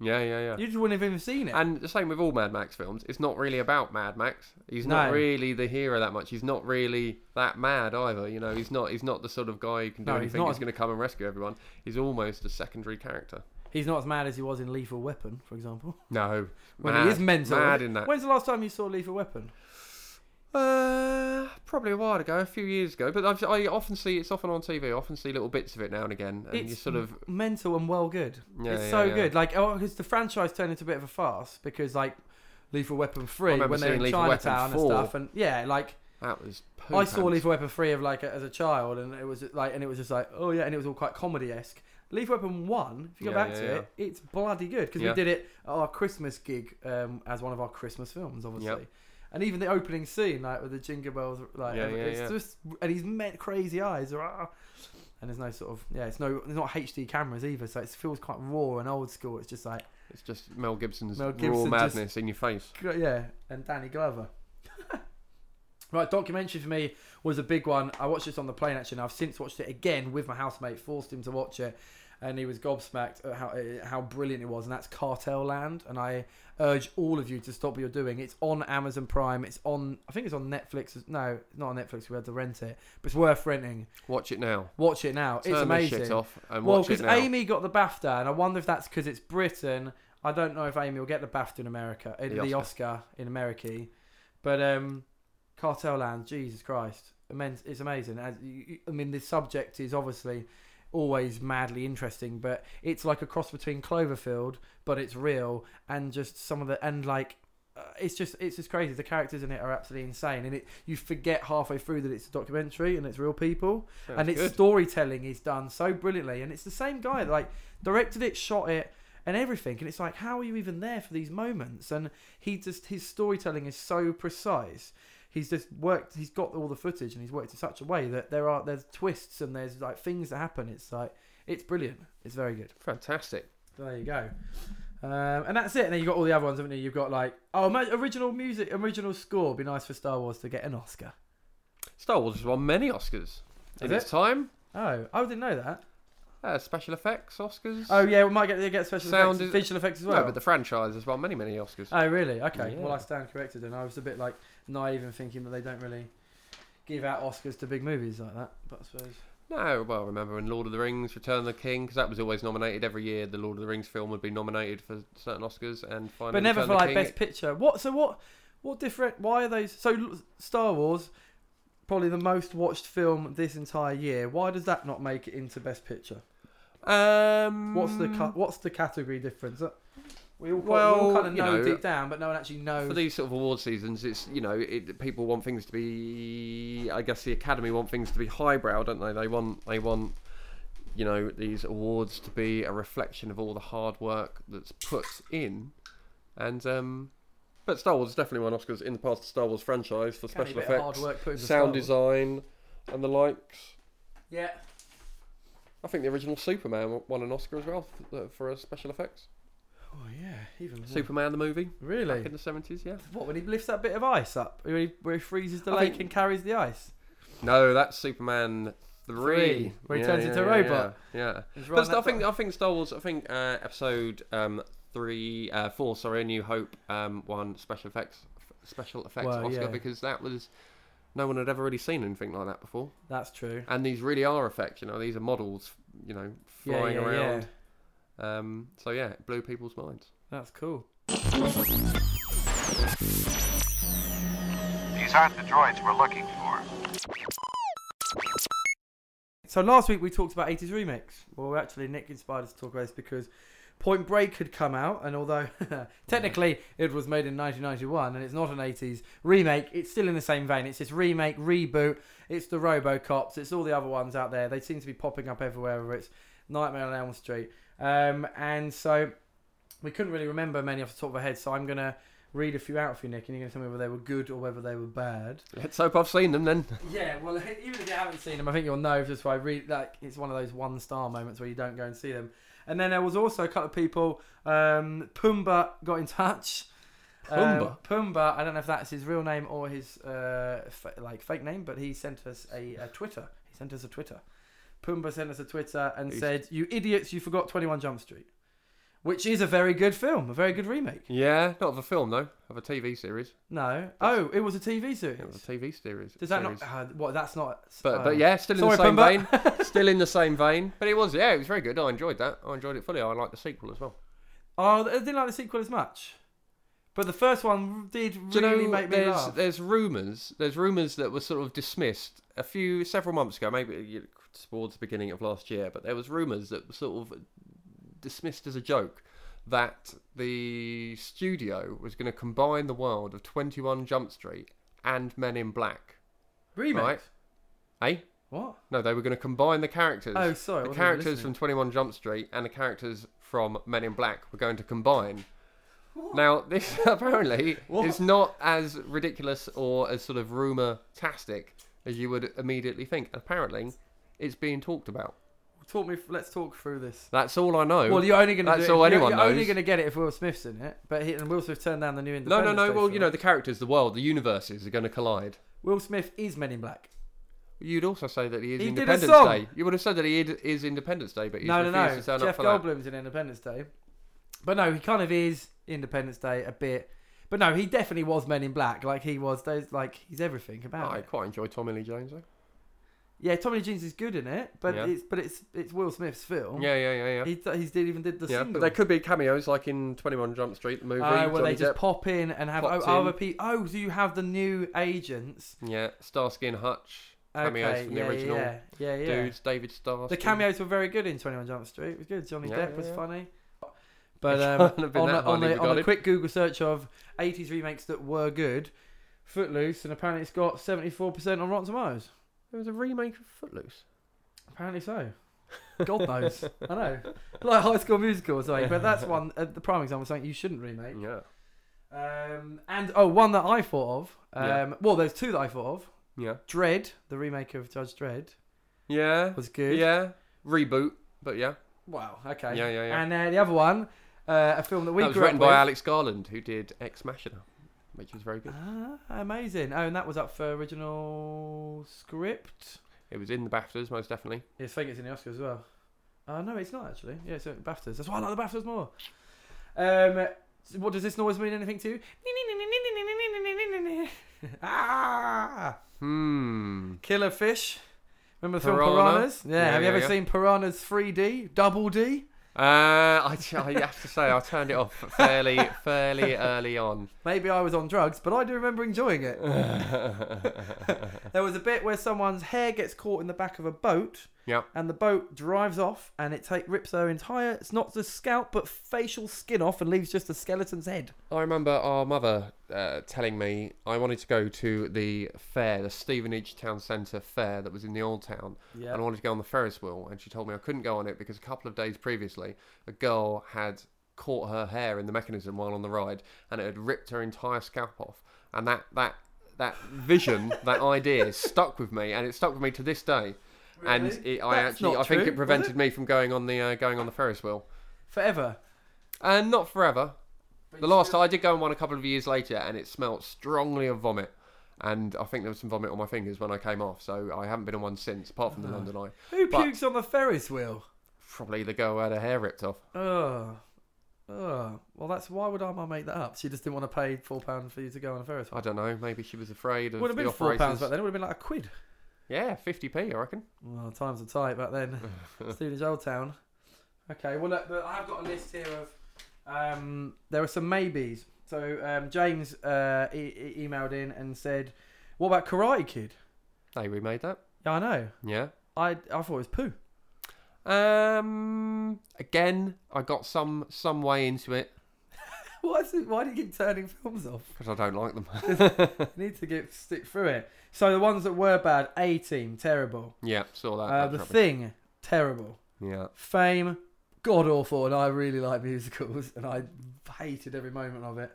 D: yeah, yeah, yeah.
A: You just wouldn't have even seen it.
D: And the same with all Mad Max films. It's not really about Mad Max. He's
A: No.
D: not really the hero that much. He's not really that mad either. You know, he's not. He's not the sort of guy who can do
A: No, he's
D: anything.
A: not.
D: He's, going to come and rescue everyone. He's almost a secondary character.
A: He's not as mad as he was in Lethal Weapon, for example.
D: No,
A: When
D: mad,
A: he is mental.
D: Mad in that.
A: When's the last time you saw Lethal Weapon?
D: Uh, probably a while ago, a few years ago. But I've, I often see it's often on TV. I often see little bits of it now and again, and you
A: it's
D: sort of
A: mental and well good.
D: Yeah,
A: it's
D: yeah,
A: so
D: yeah.
A: good. Like, oh, because the franchise turned into a bit of a farce because like Lethal Weapon three
D: remember
A: when they're in
D: seeing Lethal Weapon
A: Chinatown and
D: 4.
A: stuff, and yeah, like
D: that was. poo
A: I saw
D: pants.
A: Lethal Weapon three of like as a child, and it was like, and it was just like, oh yeah, and it was all quite comedy esque. Lethal Weapon one, if you go
D: Yeah,
A: back
D: yeah,
A: to
D: yeah.
A: it, it's bloody good because
D: Yeah.
A: we did it at our Christmas gig um, as one of our Christmas films, obviously.
D: Yep.
A: And even the opening scene, like with the jingle bells, like
D: Yeah,
A: and
D: yeah,
A: it's
D: yeah.
A: just, and he's met crazy eyes, rah. and there's no sort of yeah, it's no, there's not HD cameras either, so it feels quite raw and old school. It's just like
D: It's just Mel Gibson's
A: Mel
D: raw
A: Gibson just-
D: madness in your face.
A: Gr- Yeah, and Danny Glover. *laughs* right, documentary for me was a big one. I watched this on the plane actually, and I've since watched it again with my housemate. Forced him to watch it, and he was gobsmacked at how uh, how brilliant it was. And that's Cartel Land, and I urge all of you to stop what you're doing. It's on Amazon Prime. It's on. I think it's on Netflix. No, not on Netflix. We had to rent it, but it's worth renting.
D: Watch it now.
A: Watch it now. it's
D: Turn this
A: amazing
D: shit off and
A: well,
D: watch it
A: because
D: now.
A: Amy got the BAFTA, and I wonder if that's because it's Britain. I don't know if Amy will get the BAFTA in America, in the,
D: The
A: Oscar. in America. But um, Cartel Land, Jesus Christ, immense, it's amazing. As you, you- I mean, the subject is obviously always madly interesting, but it's like a cross between Cloverfield, but it's real, and just some of the and like. Uh, it's just it's just crazy. The characters in it are absolutely insane, and it you forget halfway through that it's a documentary and it's real people and its
D: good.
A: storytelling is done so brilliantly. And it's the same guy that like directed it, shot it, and everything. And it's like, how are you even there for these moments? And he just his storytelling is so precise. He's just worked. He's got all the footage, and he's worked in such a way that there are there's twists and there's like things that happen. It's like it's brilliant. It's very good.
D: Fantastic.
A: So there you go. Um, and that's it. And then you've got all the other ones, haven't you? You've got like oh, ma- original music, original score. Be nice for Star Wars to get an Oscar.
D: Star Wars has won many Oscars in
A: Has
D: its time.
A: Oh, I didn't know that.
D: Uh, special effects Oscars.
A: Oh yeah, we might get get special
D: Sound
A: effects,
D: is-
A: visual effects as
D: no,
A: well.
D: but the franchise has won many, many Oscars.
A: oh really? Okay. Well,
D: Yeah.
A: I stand corrected, and I was a bit like naive in thinking that they don't really give out Oscars to big movies like that. But I suppose
D: no, well, I remember in Lord of the Rings, Return of the King, because that was always nominated every year. The Lord of the Rings film would be nominated for certain Oscars, and finally,
A: but never
D: Return
A: for
D: of
A: like
D: the King-
A: best picture. What? So what? What different? Why are those? So l- Star Wars, probably the most watched film this entire year. Why does that not make it into best picture?
D: Um,
A: What's the ca- what's the category difference? Uh, We all,
D: Well,
A: we all kind of
D: you
A: know,
D: know, uh,
A: deep down, but no one actually knows.
D: for these sort of award seasons, it's you know it, people want things to be. I guess the Academy want things to be highbrow, don't they? They want they want you know these awards to be a reflection of all the hard work that's put in And um, but Star Wars has definitely won Oscars in the past. The Star Wars franchise for
A: Can't be
D: special
A: a bit of hard
D: effects,
A: work put into
D: sound
A: Star
D: design, and the likes.
A: Yeah.
D: I think the original Superman won an Oscar as well for, for uh, special effects.
A: Oh yeah, even more.
D: Superman the movie
A: really.
D: back in the seventies, yeah.
A: What when he lifts that bit of ice up, where he, where he freezes the
D: I
A: lake
D: think-
A: and carries the ice.
D: No, that's Superman three,
A: Three, where he turns into a robot.
D: Yeah, yeah.
A: He's
D: but
A: riding
D: I
A: that
D: think
A: bike.
D: I think Star Wars. I think uh, episode um, three, uh, four, sorry, A New Hope um, won special effects, special effects
A: Well,
D: Oscar
A: yeah.
D: because that was no one had ever really seen anything like that before.
A: That's true.
D: And these really are effects, you know. These are models, you know,
A: Yeah,
D: flying
A: yeah,
D: around.
A: yeah.
D: Um, so yeah, it blew people's minds.
A: That's cool.
F: These aren't the droids we're looking for.
A: So last week we talked about 80s remakes. Well, actually, Nick inspired us to talk about this because Point Break had come out, and although *laughs* technically it was made in 1991 and it's not an 80s remake, it's still in the same vein. It's this remake, reboot, it's the Robocops, it's all the other ones out there. They seem to be popping up everywhere, whether it's Nightmare on Elm Street. Um, and so we couldn't really remember many off the top of our head, so I'm going to read a few out for you, Nick, and you're going to tell me whether they were good or whether they were bad.
D: Let's hope I've seen them then. *laughs*
A: Yeah, well, *laughs* even if you haven't seen them, I think you'll know just by read. Like, it's one of those one star moments where you don't go and see them. And then there was also a couple of people. Um, Pumba got in touch. Um,
D: Pumba?
A: Pumba. I don't know if that's his real name or his uh, fa- like fake name, but he sent us a, a Twitter. He sent us a Twitter. Pumba sent us a Twitter and
D: He's-
A: said, "You idiots! You forgot Twenty One Jump Street." Which is a very good film, a very good remake.
D: Yeah, not of a film though, of a TV series.
A: No, oh, it was a TV series.
D: It was a TV series.
A: Does that
D: series.
A: not? Uh, what? That's not.
D: But,
A: oh.
D: but yeah, still in the
A: Sorry,
D: same
A: Pumba. *laughs*
D: vein. Still in the same vein. But it was, yeah, it was very good. I enjoyed that. I enjoyed it fully. I liked the sequel as well.
A: Oh, I didn't like the sequel as much. But the first one did
D: Do you
A: really
D: know,
A: make me
D: there's,
A: laugh.
D: there's rumours, there's rumours that were sort of dismissed a few, several months ago, maybe you- towards the beginning of last year, but there was rumours that were sort of dismissed as a joke that the studio was going to combine the world of 21 Jump Street and Men in Black.
A: Remake?
D: Right. Eh?
A: What?
D: No, they were going to combine the characters.
A: Oh, sorry, I
D: The
A: wasn't
D: characters
A: listening.
D: from 21 Jump Street and the characters from Men in Black were going to combine. Now, this *laughs* apparently is not as ridiculous or as sort of rumour tastic as you would immediately think. Apparently, it's being talked about.
A: Talk me. Let's talk through this.
D: That's all I know.
A: Well, you're only going to.
D: That's
A: do it,
D: all
A: you're,
D: anyone
A: you're
D: knows.
A: only going to get it if Will Smith's in it. But he, and Will Smith turned down the new
D: no, no,
A: Independence
D: no.
A: Day
D: Well, you
A: film.
D: know, the characters, the world, the universes are going to collide.
A: Will Smith is Men in Black.
D: You'd also say that he is
A: He did a
D: Independence
A: song.
D: Day. You would have said that he id- is Independence Day, but he's
A: no, no,
D: refused
A: no.
D: to turn up
A: Jeff
D: for that.
A: Goldblum's in Independence Day. But no, he kind of is Independence Day a bit. But no, he definitely was Men in Black. Like he was those. Like he's everything about.
D: I
A: it.
D: quite enjoy Tommy Lee Jones, though.
A: Yeah, Tommy Lee Jones is good in it, but
D: Yeah.
A: it's but it's it's Will Smith's film.
D: Yeah, yeah, yeah, yeah.
A: He, he did, even did the
D: yeah,
A: single.
D: but there could be cameos like in 21 Jump Street, the movie.
A: Oh, well,
D: Johnny
A: they just
D: Depp.
A: pop in and have oh,
D: pops
A: other
D: in.
A: people. Oh, so you have the new agents?
D: Yeah, Starsky and Hutch. Cameos
A: okay,
D: from the
A: yeah,
D: original
A: yeah, yeah, yeah.
D: dudes, David Starsky.
A: the cameos were very good in Twenty One Jump Street. It was good. Johnny
D: Yeah,
A: Depp
D: yeah,
A: was
D: yeah.
A: funny. But
D: *laughs* It
A: um,
D: can't have been
A: on,
D: that
A: a, on,
D: highly
A: a, on a
D: regarded.
A: quick Google search of '80s remakes that were good, Footloose, and apparently it's got 74% on Rotten Tomatoes.
D: There was a remake of Footloose.
A: Apparently so. God
D: *laughs*
A: knows. I know. Like High School Musical or something. But that's one, uh, the prime example of something you shouldn't remake.
D: Yeah.
A: Um, and oh, one that I thought of. Um,
D: Yeah.
A: Well, there's two that I thought of.
D: Yeah.
A: Dread, the remake of Judge Dredd,
D: Yeah.
A: was good.
D: Yeah. Reboot, but yeah.
A: Wow. Okay.
D: Yeah, yeah, yeah.
A: And uh, the other one, uh, a film that we
D: that was
A: grew
D: written
A: up
D: by
A: with.
D: Alex Garland, who did Ex Machina, which was very good.
A: Ah, amazing. Oh, and that was up for original script.
D: It was in the BAFTAs, most definitely.
A: Yeah, I think it's in the Oscar as well. Uh, no, it's not actually. Yeah, it's at BAFTAs. That's why I like the BAFTAs more. Um, so what does this noise mean anything to you? *laughs* ah,
D: Hmm.
A: killer fish. Remember the film
D: Piranha?
A: Piranhas? Yeah.
D: Yeah,
A: Have you
D: yeah,
A: ever
D: yeah.
A: seen Piranhas 3D, Double D?
D: Uh, I, I have to say, I turned it off
A: *laughs*
D: fairly, fairly early on.
A: Maybe I was on drugs, but I do remember enjoying it.
D: *laughs*
A: there was a bit where someone's hair gets caught in the back of a boat,
D: Yeah.
A: and the boat drives off, and it take, rips her entire, it's not the scalp, but facial skin off, and leaves just the skeleton's head.
D: I remember our mother uh, telling me I wanted to go to the fair, the Stevenage Town Centre fair that was in the old town, and I wanted to go on the Ferris wheel. And she told me I couldn't go on it because a couple of days previously, a girl had caught her hair in the mechanism while on the ride, and it had ripped her entire scalp off. And that that that
A: *laughs*
D: vision, that idea, stuck with me, and it stuck with me to this day. And
A: Really?
D: it, I
A: That's
D: actually,
A: not
D: I think
A: true,
D: it
A: was
D: prevented
A: it?
D: me from going on the uh, going on the Ferris wheel,
A: forever.
D: and not forever. The last I did go on one a couple of years later, and it smelt strongly of vomit. And I think there was some vomit on my fingers when I came off, so I haven't been on one since, apart from the London Eye.
A: Who
D: But-
A: pukes on the Ferris wheel?
D: Probably the girl who had her hair ripped off.
A: Ugh. Ugh. Well, that's why would Arma make that up? She just didn't want to pay four pound for you to go on a Ferris
D: I
A: wheel.
D: don't know. Maybe she was afraid of
A: Would have
D: the
A: been four
D: operators.
A: pounds back then. It would have been like a quid.
D: Yeah, 50p, I reckon.
A: Well, times were tight back
D: *laughs*
A: then. Stevenage Old Town. Okay, well, look, but I have got a list here of. Um, there are some maybes. So um, James uh, e- e- emailed in and said, "What about Karate Kid?"
D: They remade that.
A: Yeah, I know.
D: Yeah.
A: I I thought it was poo. *laughs*
D: Um. Again, I got some some way into it
A: Why is it, Why do you keep turning films off?
D: because I don't like them. *laughs*
A: You need to get stick through it. So the ones that were bad: A Team, terrible.
D: yeah, saw that.
A: Uh,
D: That's
A: the
D: rubbish.
A: Thing, terrible.
D: Yeah.
A: Fame, god awful, and I really like musicals, and I hated every moment of it.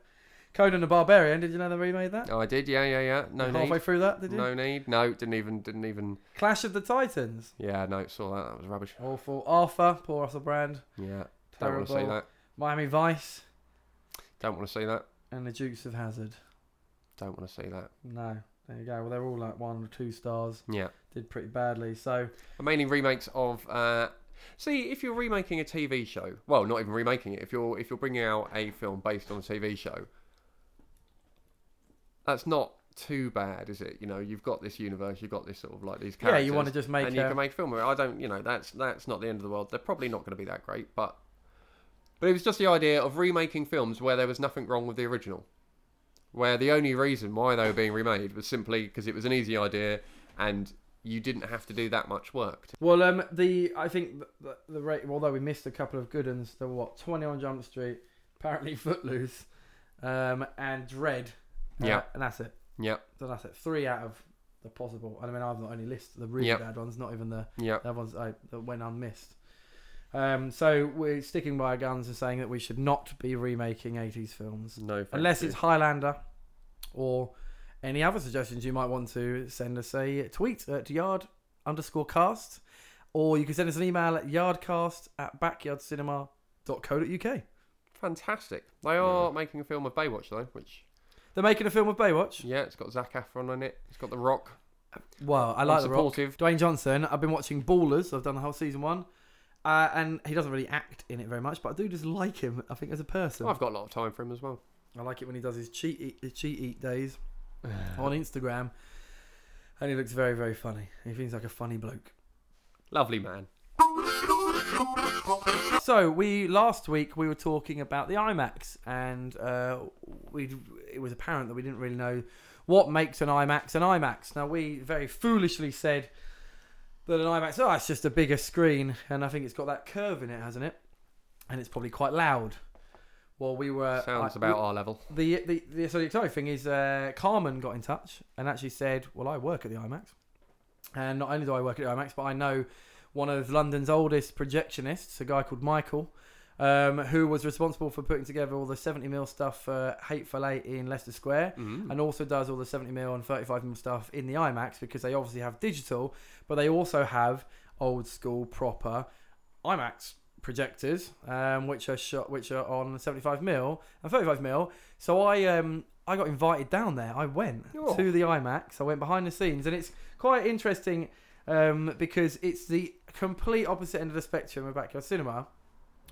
A: Conan the Barbarian, did you know they remade that?
D: Oh, I did. Yeah, yeah, yeah. No
A: Halfway
D: need.
A: through that, did you?
D: No need. No, didn't even. Didn't even.
A: Clash of the Titans,
D: Yeah, no, saw that. That was rubbish.
A: awful. Arthur, poor Russell Brand,
D: Yeah. Don't
A: terrible.
D: want to see that.
A: Miami Vice,
D: Don't want to see that.
A: and the Dukes of Hazard.
D: Don't want to see that.
A: No, there you go. Well, they're all like one or two stars.
D: Yeah.
A: Did pretty badly. So
D: But mainly remakes of. Uh, see, if you're remaking a TV show, well, not even remaking it. If you're if you're bringing out a film based on a TV show, that's not too bad, is it? You know, you've got this universe, you've got this sort of like these
A: Yeah,
D: characters.
A: you wanna just make
D: and you
A: a-
D: can make a film. Where I don't, you know, that's that's not the end of the world. They're probably not going to be that great, but. But it was just the idea of remaking films where there was nothing wrong with the original where the only reason why they were being remade was simply because it was an easy idea and you didn't have to do that much work. to-
A: Well, um, the I think the, the rate. Although we missed a couple of good ones, there were what Twenty on Jump Street, apparently *laughs* Footloose, um, and Dread. Uh,
D: Yeah.
A: and that's it.
D: Yep,
A: So that's it. Three out of the possible. And I mean, I've not only listed the really
D: Yep.
A: bad ones, not even the
D: yep.
A: the ones I, that went unmissed. Um, so we're sticking by our guns and saying that we should not be remaking '80s films
D: No, thank
A: unless
D: you.
A: it's Highlander or any other suggestions you might want to send us a tweet at yard underscore cast or you can send us an email at yardcast at backyardcinema.co.uk.
D: fantastic. They are making a film of Baywatch though, which
A: They're making a film of Baywatch.
D: yeah, it's got Zac Efron in it. It's got The Rock.
A: Well, I like the rock.
D: supportive.
A: Dwayne Johnson. I've been watching Ballers. I've done the whole season one, uh, and he doesn't really act in it very much, but I do just like him. I think as a person,
D: I've got a lot of time for him as well.
A: I like it when he does his cheat eat, his cheat eat
D: *sighs*
A: days on Instagram, and he looks very very funny. He seems like a funny bloke.
D: Lovely man.
A: So we last week we were talking about the IMAX, and uh, we it was apparent that we didn't really know what makes an IMAX an IMAX. Now we very foolishly said that an IMAX, oh, it's just a bigger screen, and I think it's got that curve in it, hasn't it? And it's probably quite loud. Well, we were
D: Sounds
A: Uh, I-
D: about our level.
A: the the, the so the exciting thing is uh, Carmen got in touch and actually said, "Well, I work at the IMAX, and not only do I work at the IMAX, but I know one of London's oldest projectionists, a guy called Michael." Um, who was responsible for putting together all the 70 mil stuff for Hateful Eight in Leicester Square, and also does all the 70 mil and 35 mil stuff in the IMAX because they obviously have digital, but they also have old school proper IMAX projectors, um, which are shot, which are on 75 mil and 35 mil. So I, um, I got invited down there. I went
D: Oh.
A: to the IMAX. I went behind the scenes, and it's quite interesting um, because it's the complete opposite end of the spectrum of backyard cinema.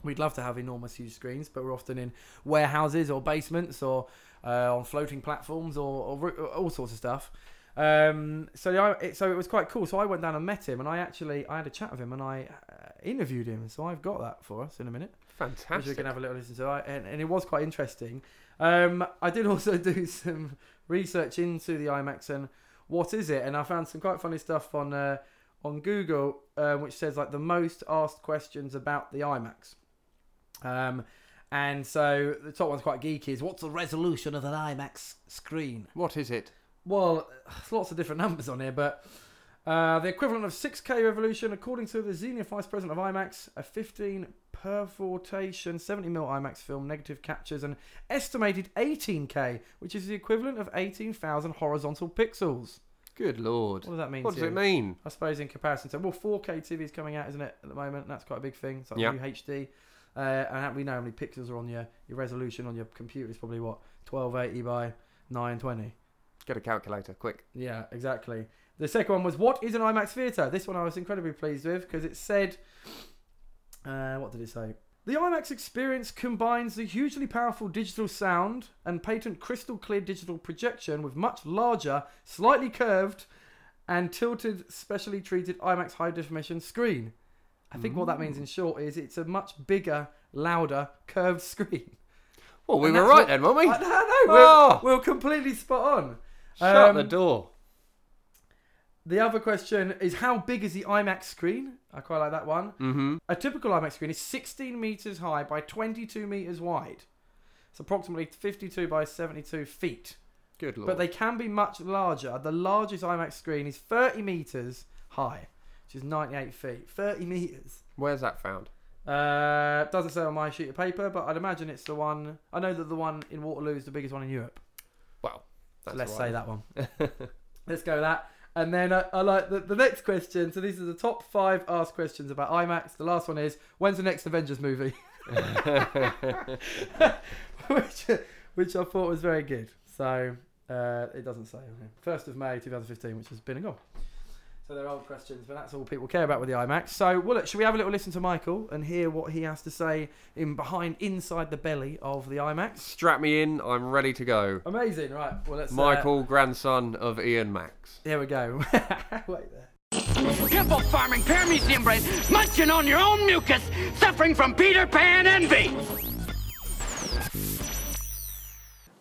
A: We'd love to have enormous, huge screens, but we're often in warehouses or basements or uh, on floating platforms or, or, ro- or all sorts of stuff. Um, so the, I- it, so it was quite cool. So I went down and met him, and I actually I had a chat with him, and I uh, interviewed him. So I've got that for us in a minute. Which we're
D: Fantastic.
A: going to have a little listen to. I- And, and it was quite interesting. Um, I did *laughs* also do some research into the IMAX and what is it, and I found some quite funny stuff on uh, on Google, uh, which says like the most asked questions about the IMAX. Um, and so the top one's quite geeky. Is what's the resolution of an IMAX screen?
D: What is it?
A: *sighs* Well, there's lots of different numbers on here, but Uh, the equivalent of 6K revolution, according to the senior vice president of IMAX, a 15 perfortation 70mm IMAX film negative captures an estimated 18K, which is the equivalent of 18,000 horizontal pixels.
D: Good lord.
A: What does that mean
D: What
A: to
D: does it
A: you?
D: mean?
A: I suppose in comparison to well, 4K TV is coming out, isn't it, at the moment? And that's quite a big thing. It's like
D: Yeah.
A: new HD, uh, and how- we know how many pixels are on your your resolution on your computer is probably what 1280 by 920.
D: Get a calculator, quick.
A: Yeah, exactly. The second one was what is an IMAX theater? This one I was incredibly pleased with because it said, uh, what did it say? The IMAX experience combines the hugely powerful digital sound and patent crystal clear digital projection with much larger, slightly curved, and tilted, specially treated IMAX high definition screen. I think what that means in short is it's a much bigger, louder, curved *laughs* screen.
D: Well, we
A: And
D: were
A: that's
D: right
A: what-
D: then, weren't we?
A: I don't know. We're,
D: Oh.
A: we're completely spot on.
D: Shut the
A: Um,
D: door.
A: The other question is how big is the IMAX screen? I quite like that one. Mm-hmm. A typical IMAX screen is 16 meters high by 22 meters wide. It's approximately 52 by 72 feet.
D: Good lord.
A: But they can be much larger. The largest IMAX screen is 30 meters high, which is 98 feet. 30 meters.
D: Where's that found?
A: Uh, doesn't say on my sheet of paper, but I'd imagine it's the one. I know that the one in Waterloo is the biggest one in Europe.
D: Well, that's
A: Let's
D: all
A: say
D: right.
A: that one. *laughs* Let's go with that. And then uh, I like the, the next question. So these are the top five asked questions about IMAX. The last one is when's the next Avengers
D: *laughs*
A: movie? *laughs* which, which I thought was very good. So uh, it doesn't say. on here. First of May 2015, which has been and gone. So they're old questions, but that's all people care about with the IMAX. So well, look, should we have a little listen to Michael and hear what he has to say in behind inside the belly of the IMAX?
D: Strap me in. I'm ready to go.
A: Amazing, right? Well, let's uh,
D: Michael, grandson of Ian Max.
A: Here we go. *laughs* Wait there.
G: Pimple farming, paramecium brain, munching on your own mucus, suffering from Peter Pan envy.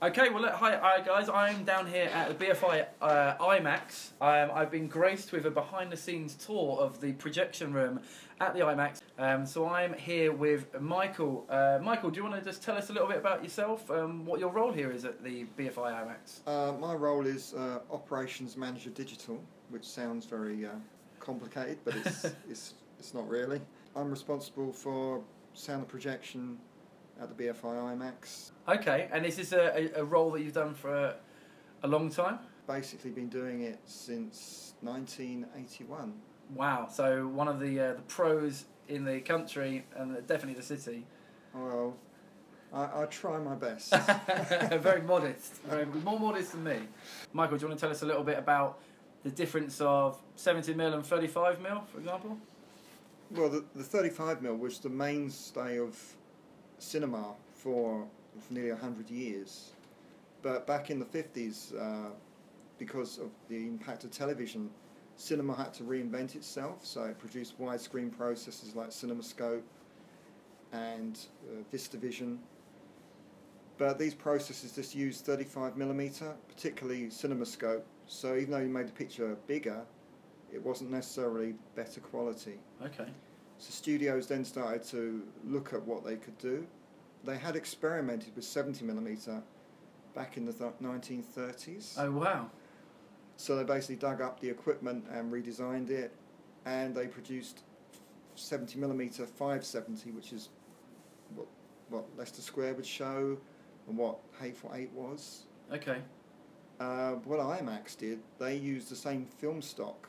A: Okay, well, look, hi, hi guys. I'm down here at the BFI uh, IMAX. Um, I've been graced with a behind the scenes tour of the projection room at the IMAX. Um, so I'm here with Michael. Uh, Michael, do you want to just tell us a little bit about yourself, um, what your role here is at the BFI IMAX?
H: Uh, my role is uh, operations manager digital, which sounds very uh, complicated, but it's, it's it's not really. I'm responsible for sound and projection at the BFI IMAX.
A: Okay, and is this a, a, a role that you've done for a, a long time?
H: Basically, been doing it since 1981.
A: Wow, so one of the, uh, the pros in the country and definitely the city.
H: Well, I, I try my best.
A: *laughs* very modest, very, more modest than me. Michael, do you want to tell us a little bit about the difference of 70 mil and 35 mil, for example?
H: Well, the, the 35 mil was the mainstay of cinema for, for nearly 100 years. But back in the 50s, uh, because of the impact of television, cinema had to reinvent itself. So it produced widescreen processes like CinemaScope and uh, VistaVision. But these processes just used 35 millimeter, particularly CinemaScope. So even though you made the picture bigger, it wasn't necessarily better quality.
A: Okay.
H: So studios then started to look at what they could do. They had experimented with 70mm back in the th- 1930s.
A: Oh, wow.
H: So they basically dug up the equipment and redesigned it, and they produced 70mm 570, which is what, what Leicester Square would show and what Hateful Eight was.
A: Okay.
H: Uh, what IMAX did, they used the same film stock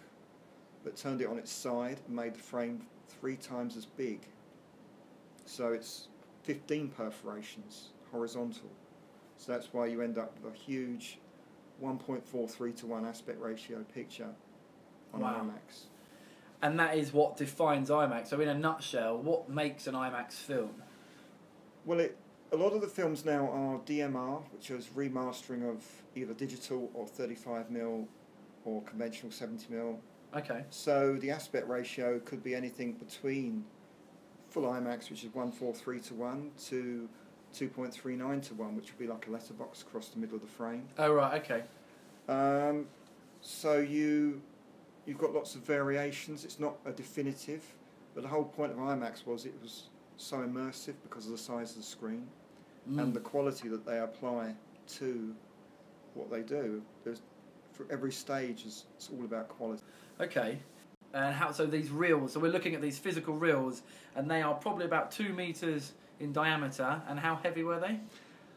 H: but turned it on its side and made the frame three times as big. So it's 15 perforations horizontal. So that's why you end up with a huge 1.43 to 1 aspect ratio picture on
A: Wow.
H: IMAX.
A: And that is what defines IMAX. So, in a nutshell, what makes an IMAX film?
H: Well, it, a lot of the films now are DMR, which is remastering of either digital or 35mm or conventional 70mm
A: Okay.
H: So the aspect ratio could be anything between full IMAX, which is 143 to 1, to 2.39 to 1, which would be like a letterbox across the middle of the frame.
A: Oh, right, okay.
H: Um, so you, you've got lots of variations. It's not a definitive, but the whole point of IMAX was it was so immersive because of the size of the screen and the quality that they apply to what they do. There's, for every stage is it's all about quality.
A: Okay. And how so these reels? So we're looking at these physical reels, and they are probably about two meters in diameter. And how heavy were they? *laughs*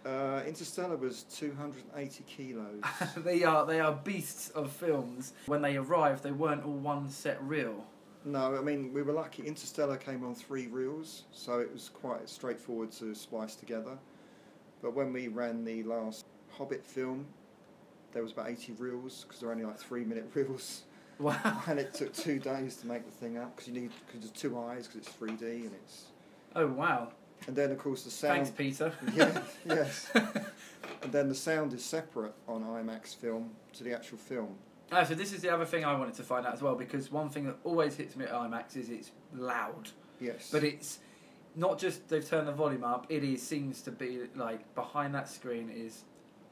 H: Uh, Interstellar was 280
A: *laughs*
H: kilos.
A: they are they are beasts of films. When they arrived, they weren't all one set reel.
H: no, I mean we were lucky. Interstellar came on three reels, so it was quite straightforward to splice together. But when we ran the last Hobbit film, there was about 80 reels because they're only like three-minute *laughs* reels.
A: Wow. *laughs*
H: and it took two days to make the thing up because you need cause there's two eyes because it's 3D and it's
A: Oh wow.
H: and then of course the sound.
A: Thanks, Peter.
H: Um,
A: *laughs*
H: yeah, *laughs* yes. And then the sound is separate on IMAX film to the actual film.
A: Ah, so this is the other thing I wanted to find out as well, because one thing that always hits me at IMAX is it's loud,
H: Yes.
A: but it's not just they've turned the volume up. It is seems to be like behind that screen is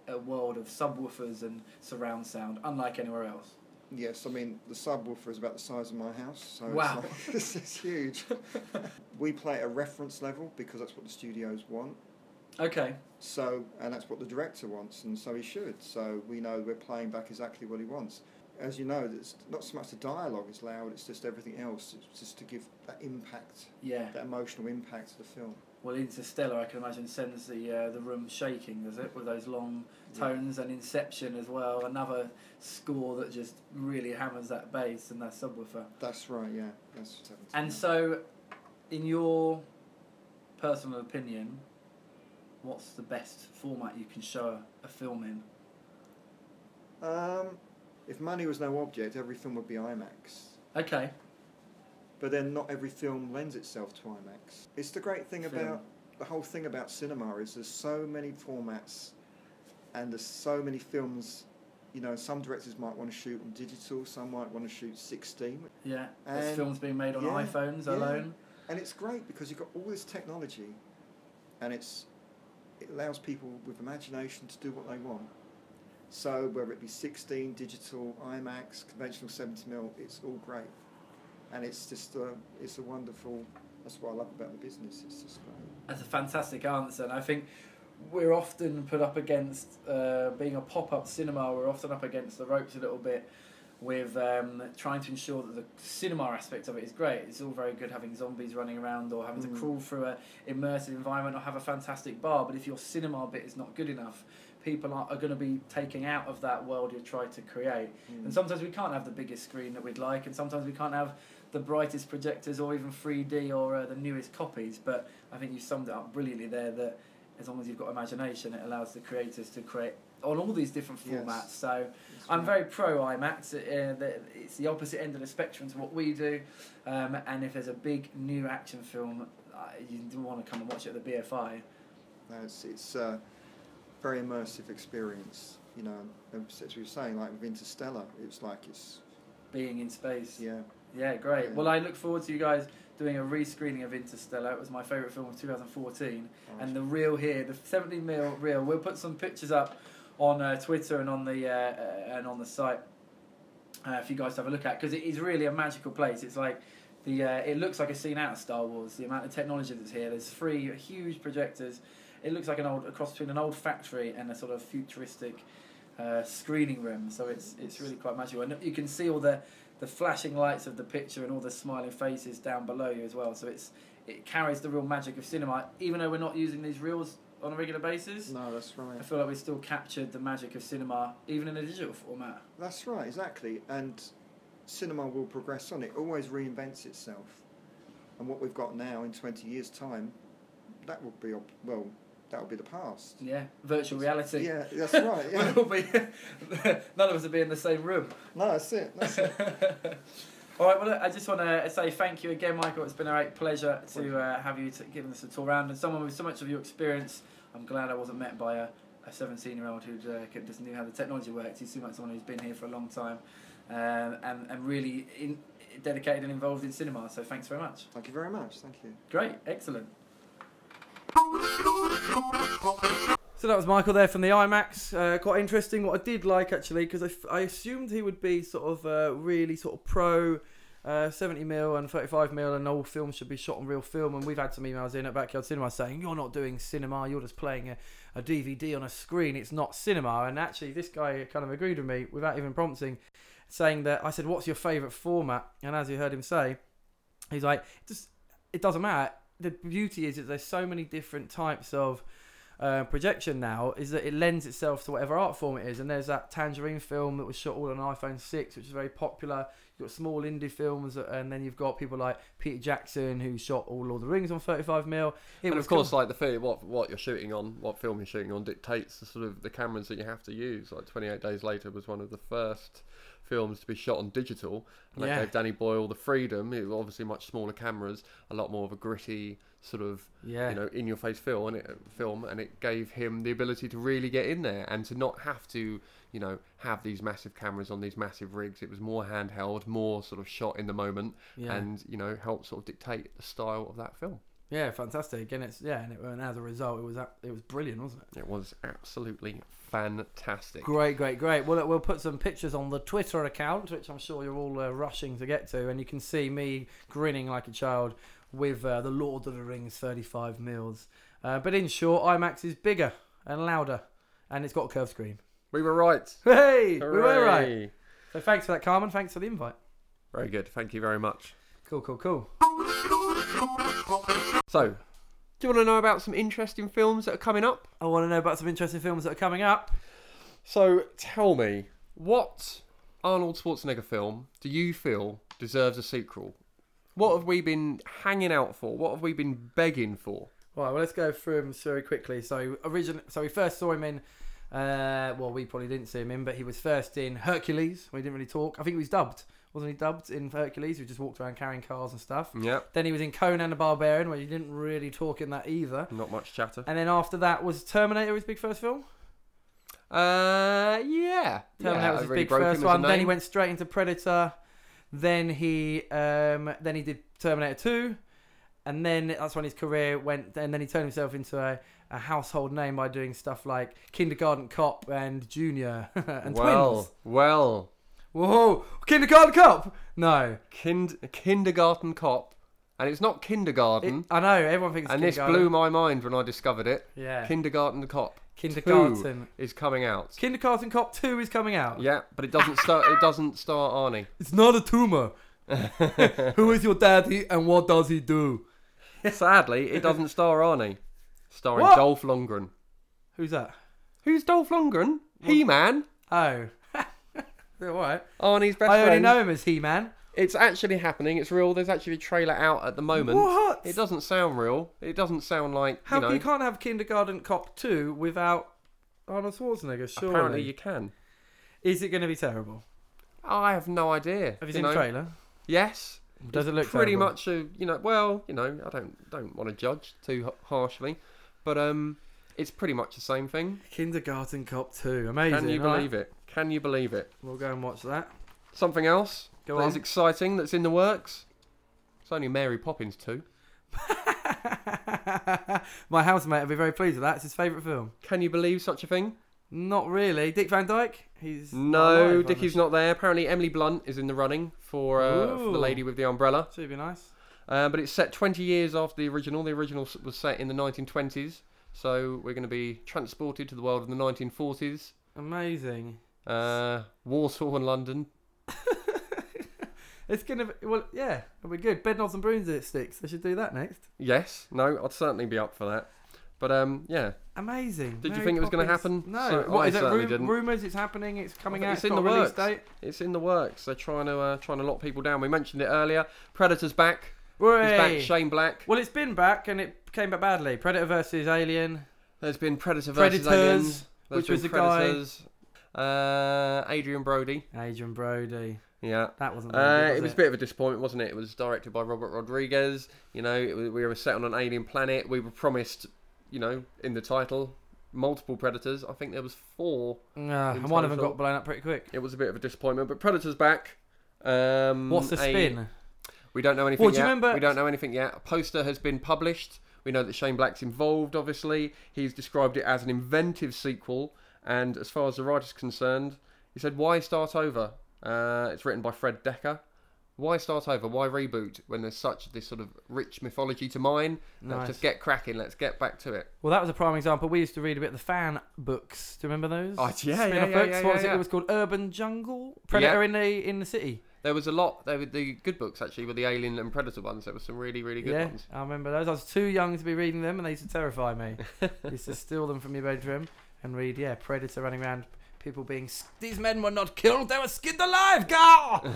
A: a world of subwoofers and surround sound, unlike anywhere else.
H: yes, I mean the subwoofer is about the size of my house, so
A: Wow.
H: it's like, *laughs* this is huge. we play at a reference level because that's what the studios want.
A: Okay.
H: So, and that's what the director wants, and so he should. So we know we're playing back exactly what he wants. As you know, it's not so much the dialogue is loud; it's just everything else. It's just to give that impact,
A: Yeah.
H: that emotional impact to the film.
A: Well, Interstellar, I can imagine, sends the uh, the room shaking, does it? With those long tones and Inception as well, another score that just really hammers that bass and that subwoofer.
H: That's right. Yeah. That's what's happened to
A: And
H: me.
A: so, in your personal opinion, what's the best format you can show a film in?
H: Um, if money was no object, every film would be IMAX.
A: Okay.
H: But then not every film lends itself to IMAX. It's the great thing
A: Film.
H: about the whole thing about cinema is there's so many formats and there's so many films. You know, some directors might want to shoot on digital, some might want to shoot 16.
A: Yeah. There's
H: And-
A: films being made on
H: yeah,
A: iPhones
H: yeah.
A: alone.
H: And it's great because you've got all this technology and it's it allows people with imagination to do what they want. So whether it be 16, digital, IMAX, conventional 70 mil, it's all great. And it's just a, it's a wonderful, that's what I love about the business, it's just uh, great.
A: That's a fantastic answer, and I think we're often put up against uh, being a pop-up cinema. We're often up against the ropes a little bit with um, trying to ensure that the cinema aspect of it is great. It's all very good having zombies running around or having to crawl through a immersive environment or have a fantastic bar, but if your cinema bit is not good enough, people are, are going to be taken out of that world you try to create. And sometimes we can't have the biggest screen that we'd like, and sometimes we can't have the brightest projectors or even 3D or uh, the newest copies. But I think you summed it up brilliantly there that as long as you've got imagination, it allows the creators to create on all these different
H: Yes.
A: formats. So I'm very pro IMAX. Uh, the- it's the opposite end of the spectrum to what we do. Um, and if there's a big new action film, uh, you do want to come and watch it at the BFI.
H: No, it's, it's a very immersive experience, you know, and as we were saying, like with Interstellar, it's like it's,
A: Being in space.
H: yeah,
A: Yeah, great.
H: Yeah.
A: Well, I look forward to you guys doing a rescreening of Interstellar. It was my favourite film of 2014. And the reel here, the 70 mil reel, we'll put some pictures up on uh, Twitter and on the uh, uh, and on the site uh, for you guys to have a look at because it is really a magical place. It's like the uh, it looks like a scene out of Star Wars. The amount of technology that's here. There's three huge projectors. It looks like an old a cross between an old factory and a sort of futuristic uh, screening room. So it's it's really quite magical, and you can see all the the flashing lights of the picture and all the smiling faces down below you as well. So it's it carries the real magic of cinema, even though we're not using these reels on a regular basis.
H: no, that's right.
A: I feel like we still captured the magic of cinema, even in a digital format.
H: That's right, exactly. And cinema will progress on. It always reinvents itself. And what we've got now in 20 years' time, that will be, op- well, that will be the past.
A: Yeah, virtual reality.
H: Yeah,
A: *laughs*
H: that's right. Yeah.
A: We'll be, none of us will be in the same room.
H: No, that's it. That's it.
A: All right, well, look, I just want to say thank you again, Michael. It's been a great pleasure to uh, have you t- giving us a tour around. And someone with so much of your experience, I'm glad I wasn't met by a, a 17 year old who uh, could- just knew how the technology works. You seem like someone who's been here for a long time um, and, and really in, dedicated and involved in cinema. So thanks very much.
H: Thank you very much. Thank you.
A: Great, excellent.
I: So that was Michael there from the IMAX. Uh, quite interesting. What I did like actually, because I, f- I assumed he would be sort of uh, really sort of pro
A: Uh, 70 mil and 35 mil and all films should be shot on real film and we've had some emails in at backyard cinema saying you're not doing cinema you're just playing a, a dvd on a screen it's not cinema and actually this guy kind of agreed with me without even prompting saying that i said what's your favorite format and as you heard him say he's like just it doesn't matter the beauty is that there's so many different types of uh, projection now is that it lends itself to whatever art form it is. And there's that Tangerine film that was shot all on iPhone 6, which is very popular. You've got small indie films, and then you've got people like Peter Jackson who shot all Lord of the Rings on 35mm. It
D: and
A: was
D: of course, like the film, what what you're shooting on, what film you're shooting on, dictates the sort of the cameras that you have to use. Like 28 Days Later was one of the first films to be shot on digital, and that
A: Yeah.
D: gave Danny Boyle the freedom. It was obviously much smaller cameras, a lot more of a gritty sort of
A: Yeah.
D: you know in your face film, and it, film, and it gave him the ability to really get in there and to not have to you know have these massive cameras on these massive rigs. It was more handheld, more sort of shot in the moment,
A: Yeah.
D: and you know helped sort of dictate the style of that film.
A: yeah, fantastic. And it's yeah, and, it, and as a result, it was ab- it was brilliant, wasn't it?
D: It was absolutely fantastic.
A: Great, great, great. Well, look, we'll put some pictures on the Twitter account, which I'm sure you're all uh, rushing to get to, and you can see me grinning like a child with uh, the Lord of the Rings 35 mils. Uh, but in short, IMAX is bigger and louder, and it's got a curved screen. *laughs*
D: We were right.
A: Hey, we were right.
D: Hooray.
A: So thanks for that, Carmen. Thanks for the invite.
D: Very good. Thank you very much.
A: Cool, cool, cool.
D: So, do you want to know about some interesting films that are coming up?
A: I want to know about some interesting films that are coming up.
D: So, tell me, what Arnold Schwarzenegger film do you feel deserves a sequel? What have we been hanging out for? What have we been begging for?
A: Right, well, let's go through them very quickly. So, originally, so we first saw him in. Uh, well, we probably didn't see him in, but he was first in Hercules. We didn't really talk. I think he was dubbed, wasn't he? Dubbed in Hercules. We just walked around carrying cars and stuff.
D: Yep.
A: Then he was in Conan the Barbarian, where you didn't really talk in that either.
D: Not much chatter.
A: And then after that was Terminator, his big first film.
D: Uh, yeah.
A: Terminator
D: yeah,
A: was
D: I
A: his
D: really
A: big
D: broke him
A: first
D: as a
A: one. Then he
D: name.
A: went straight into Predator. Then he um, then he did Terminator Two, and then that's when his career went. And then he turned himself into a, a household name by doing stuff like Kindergarten Cop and Junior *laughs* and
D: Well,
A: Twins.
D: well,
A: Whoa, Kindergarten Cop! No,
D: kind, kindergarten cop, and it's not
A: It-
D: kindergarten.
A: I know everyone thinks.
D: Hmm? and this
A: kindergarten.
D: blew my mind when I discovered it.
A: Yeah.
D: Kindergarten Cop.
A: Kindergarten.
D: 2 is coming out.
A: Kindergarten Cop Two is coming out.
D: yeah, but it doesn't start. It doesn't star
A: *laughs*
D: Arnie.
A: It's not a
D: *laughs*
A: tumor. Who is your daddy and what does he do?
D: Sadly, it doesn't star Arnie. Starring
A: What?
D: Dolph Lundgren.
A: Who's that?
D: Who's Dolph Lundgren? He Man.
A: Oh, *laughs* all right.
D: Arnie's best
A: I already
D: friend.
A: know him as He Man.
D: It's actually happening. It's real. There's actually a trailer out at the moment.
A: What?
D: It doesn't sound real. It doesn't sound like
A: How
D: you know.
A: you can't have Kindergarten Cop 2 without Arnold Schwarzenegger? Surely.
D: apparently, you can.
A: Is it going to be terrible?
D: I have no idea.
A: Have you, seen
D: know.
A: the trailer?
D: Yes.
A: Does it look
D: pretty
A: terrible?
D: much a you know well you know I don't don't want to judge too h- harshly, but um, it's pretty much the same thing.
A: Kindergarten Cop 2. Amazing.
D: Can you believe it? Can you believe it?
A: We'll go and watch that. *laughs*
D: Something else
A: Go
D: that is
A: on.
D: exciting that's in the works. It's only Mary Poppins two.
A: My housemate will be very pleased with that. It's his favourite film.
D: Can you believe such a thing?
A: Not really. Dick Van Dyke? He's. alive
D: No,
A: on
D: Dickie's
A: this.
D: not there. Apparently, Emily Blunt is in the running for, uh, for
A: Ooh.
D: the lady with the umbrella.
A: So it'd be nice.
D: Uh, but it's set 20 years after the original. The original s- was set in the 1920s, so we're going to be transported to the world of the 1940s.
A: Amazing.
D: Uh, war-torn London.
A: It's going to be. Well, yeah, it'll be good. Bed knobs and broomsticks. They should do that next.
D: Yes, no, I'd certainly be up for that. But um, yeah,
A: Amazing.
D: Did you
A: Mary
D: think it was gonna
A: Poppins.
D: happen?
A: No.
D: So-
A: what
D: I
A: is it?
D: certainly
A: Ru-
D: didn't.
A: Rumours it's happening, it's coming out,
D: it's in
A: got
D: the
A: a release
D: works.
A: date.
D: It's in the works. They're trying to uh, trying to lock people down. We mentioned it earlier. Predator's back. He's
A: Hooray.
D: back. Shane Black.
A: Well, it's been back and it came back badly. Predator versus Alien.
D: There's been Predator
A: Predators,
D: versus Aliens. There's
A: which
D: been
A: was the guy-
D: Predators. Uh, Adrian Brody.
A: Adrian Brody.
D: Yeah.
A: That wasn't. very
D: Uh,
A: good,
D: it was a
A: it?
D: bit of a disappointment, wasn't it? It was directed by Robert Rodriguez. You know, it was, we were set on an alien planet. We were promised, you know, in the title, multiple predators. I think there was four.
A: Yeah,
D: in
A: Ah, and one of them
D: total.
A: got blown up pretty quick.
D: It was a bit of a disappointment, but Predator's back. Um,
A: What's the
D: a-
A: spin?
D: we don't know anything
A: Well, do you
D: yet.
A: remember-
D: We don't know anything yet. A poster has been published. We know that Shane Black's involved, obviously. He's described it as an inventive sequel. And as far as the writer's concerned, he said, Why start over? Uh, it's written by Fred Decker. why start over? Why reboot when there's such this sort of rich mythology to mine? Let's just get cracking. Let's get back to it.
A: Well, that was a prime example. We used to read a bit of the fan books. Do you remember those?
D: Oh, yeah, yeah,
A: Spin-off
D: yeah,
A: books.
D: yeah,
A: what was
D: yeah,
A: it?
D: yeah.
A: It was called Urban Jungle. Predator in the in the city.
D: There was a lot. There were the good books actually were the Alien and Predator ones. There were some really really good
A: yeah,
D: ones.
A: I remember those. I was too young to be reading them, and they used to terrify
D: *laughs*
A: me. I used to steal them from your bedroom and read, yeah, Predator running around, people being. s- These men were not killed; they were skinned alive.
D: *laughs*
A: Go!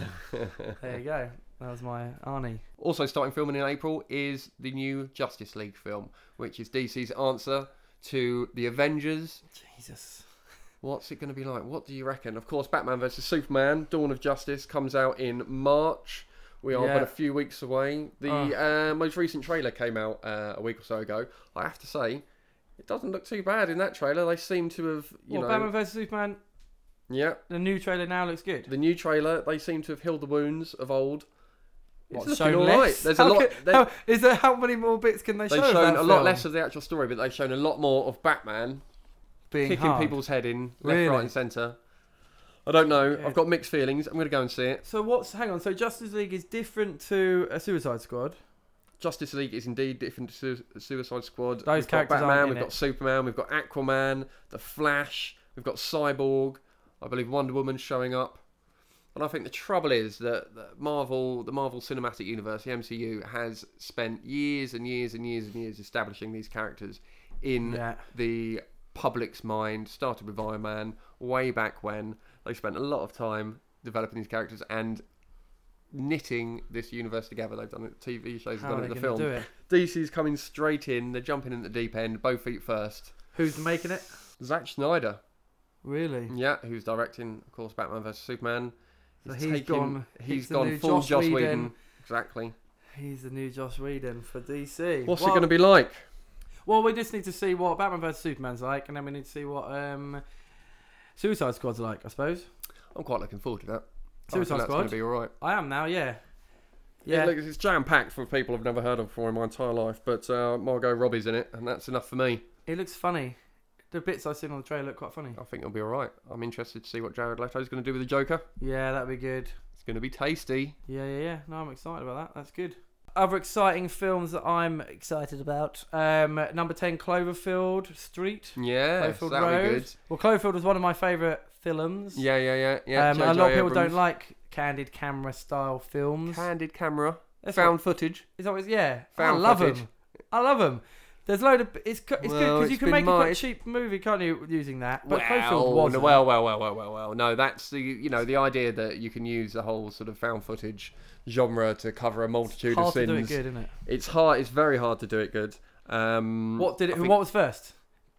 A: there you go. That was my Arnie.
D: Also starting filming in April is the new Justice League film, which is DC's answer to the Avengers.
A: Jesus.
D: What's it going to be like? What do you reckon? Of course, Batman vs Superman: Dawn of Justice comes out in March. We are
A: Yeah. Oh.
D: but a few weeks away. The uh, most recent trailer came out uh, a week or so ago. I have to say, it doesn't look too bad in that trailer. They seem to have, you
A: well,
D: know,
A: Batman vs Superman.
D: yeah.
A: The new trailer now looks good.
D: The new trailer, they seem to have healed the wounds of old.
A: What,
D: looking
A: shown
D: all
A: less?
D: right. There's a
A: How
D: lot-
A: ca-
D: there-
A: how- is there how many more bits can they
D: They've
A: show? of
D: shown
A: that
D: a lot
A: film
D: less of the actual story, but they've shown a lot more of Batman
A: being
D: kicking
A: hard?
D: people's head in left,
A: Really?
D: right, and centre. I don't know. I've got mixed feelings. I'm going to go and see it.
A: So what's hang on? So Justice League is different to a Suicide Squad.
D: Justice League is indeed different to Su- Suicide Squad.
A: Those
D: we've got
A: characters aren't
D: Batman,
A: in
D: we've
A: it.
D: got Superman, we've got Aquaman, The Flash, we've got Cyborg. I believe Wonder Woman's showing up. And I think the trouble is that that Marvel, the Marvel Cinematic Universe, the MCU, has spent years and years and years and years establishing these characters in
A: Yeah.
D: the public's mind. Started with Iron Man way back when. They spent a lot of time developing these characters and knitting this universe together. They've done it. TV shows
A: How
D: have
A: are
D: done it.
A: they
D: The
A: gonna
D: film.
A: do it?
D: DC's coming straight in. They're jumping in at the deep end, both feet first.
A: Who's making it?
D: Zack Snyder,
A: Really?
D: yeah, who's directing, of course, Batman vs Superman.
A: So he's gone- he's
D: He's
A: the
D: gone
A: new
D: full
A: Joss
D: Joss,
A: Whedon.
D: Whedon. Exactly.
A: He's the new Joss Whedon for DC.
D: What's
A: well,
D: it going to be like?
A: Well, we just need to see what Batman vs Superman's like, and then we need to see what um, Suicide Squad's like, I suppose.
D: I'm quite looking forward to that. I reckon
A: Suicide
D: that's
A: Squad.
D: going to be all right.
A: I am now, yeah.
D: Yeah,
A: Yeah.
D: look, it's jam packed for people I've never heard of before in my entire life. But uh, Margot Robbie's in it, and that's enough for me.
A: it looks funny. The bits I've seen on the trailer look quite funny.
D: I think it'll be all right. I'm interested to see what Jared Leto's going to do with the Joker.
A: Yeah, that'd be good.
D: It's going to be tasty.
A: Yeah, yeah, yeah. No, I'm excited about that. That's good. Other exciting films that I'm excited about. Um, number 10, Cloverfield Street.
D: Yeah, that'll
A: Cloverfield
D: be
A: Road.
D: good.
A: Well, Cloverfield was one of my favourite films.
D: Yeah, yeah, yeah, yeah.
A: um, a
D: JJ
A: lot of people
D: Abrams.
A: don't like candid camera style films.
D: candid camera.
A: That's
D: found footage.
A: It's always yeah. I
D: Found
A: love
D: footage.
A: them. I love them. There's load of it's co- it's good 'cause good
D: Well,
A: because you
D: it's
A: can
D: been
A: make a quite
D: nice.
A: cheap movie, can't you, using that? But Cloverfield
D: well,
A: was
D: no, well, well, well, well, well, well. No, that's the you know the idea that you can use the whole sort of found footage genre to cover a multitude
A: hard
D: of
A: to
D: sins.
A: do it good, isn't it?
D: It's hard. It's very hard to do it good. Um,
A: What did it?
D: I think-
A: What was first?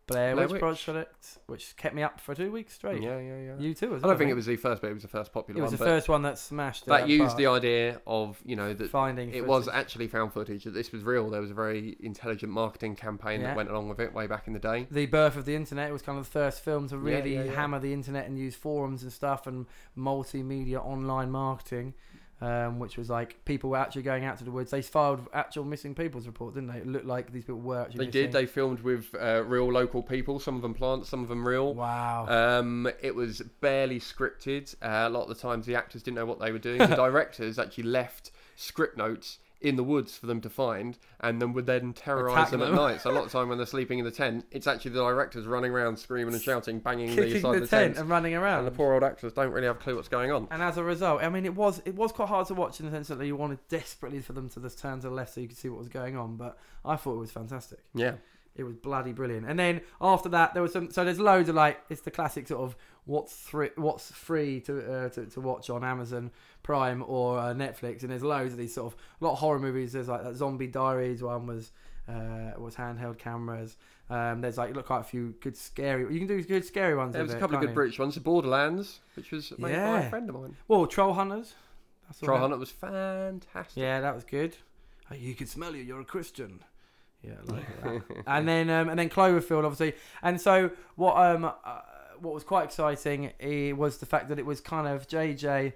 A: Blair,
D: Blair
A: Witch
D: Witch.
A: Project, which kept me up for two weeks straight.
D: Yeah, yeah, yeah.
A: You too. As
D: I
A: well,
D: don't think it was the first, but it was the first popular
A: It was
D: one.
A: the
D: but
A: first one that smashed. it out
D: that
A: of
D: used the
A: park.
D: idea of you know that
A: finding.
D: it was
A: footage.
D: actually found footage that this was real. There was a very intelligent marketing campaign
A: Yeah.
D: that went along with it way back in the day.
A: the birth of the internet. It was kind of the first film to
D: Yeah,
A: really
D: yeah, yeah.
A: hammer the internet and use forums and stuff and multimedia online marketing, um, which was like people were actually going out to the woods. They filed actual missing people's reports, didn't they? It looked like these people were actually.
D: They did.
A: missing.
D: They filmed with uh, real local people. Some of them plants, some of them real.
A: Wow.
D: Um, it was barely scripted. Uh, a lot of the times, the actors didn't know what they
A: *laughs*
D: were doing. The directors actually left script notes in the woods for them to find, and then would then terrorize
A: Attack
D: them,
A: them.
D: at night. So
A: *laughs*
D: a lot of time when they're sleeping in the tent, it's actually the directors running around screaming and shouting, banging the
A: Kicking
D: side
A: the,
D: of the
A: tent
D: tent,
A: and running around.
D: and the poor old actors don't really have a clue what's going on.
A: And as a result, I mean, it was it was quite hard to watch in the sense that you wanted desperately for them to just turn to the left so you could see what was going on. But I thought it was fantastic.
D: Yeah.
A: It was bloody brilliant. And then after that, there was some. So there's loads of like it's the classic sort of what's free, what's free to, uh, to to watch on Amazon Prime or uh, Netflix. And there's loads of these sort of a lot of horror movies. There's like that Zombie Diaries one was uh, was handheld cameras. Um, there's like look quite a few good scary. You can do good scary ones.
D: There
A: with
D: was a
A: it,
D: couple of
A: can't
D: good
A: you?
D: British ones. The Borderlands, which was made by
A: Yeah.
D: a friend of mine.
A: Well, Troll Hunters. That's all
D: Troy
A: that-
D: Hunt was fantastic.
A: Yeah, that was good. Oh, You can smell you. You're a Christian. Yeah, I like *laughs* that. and then um, and then Cloverfield, obviously. And so what um uh, what was quite exciting eh, was the fact that it was kind of JJ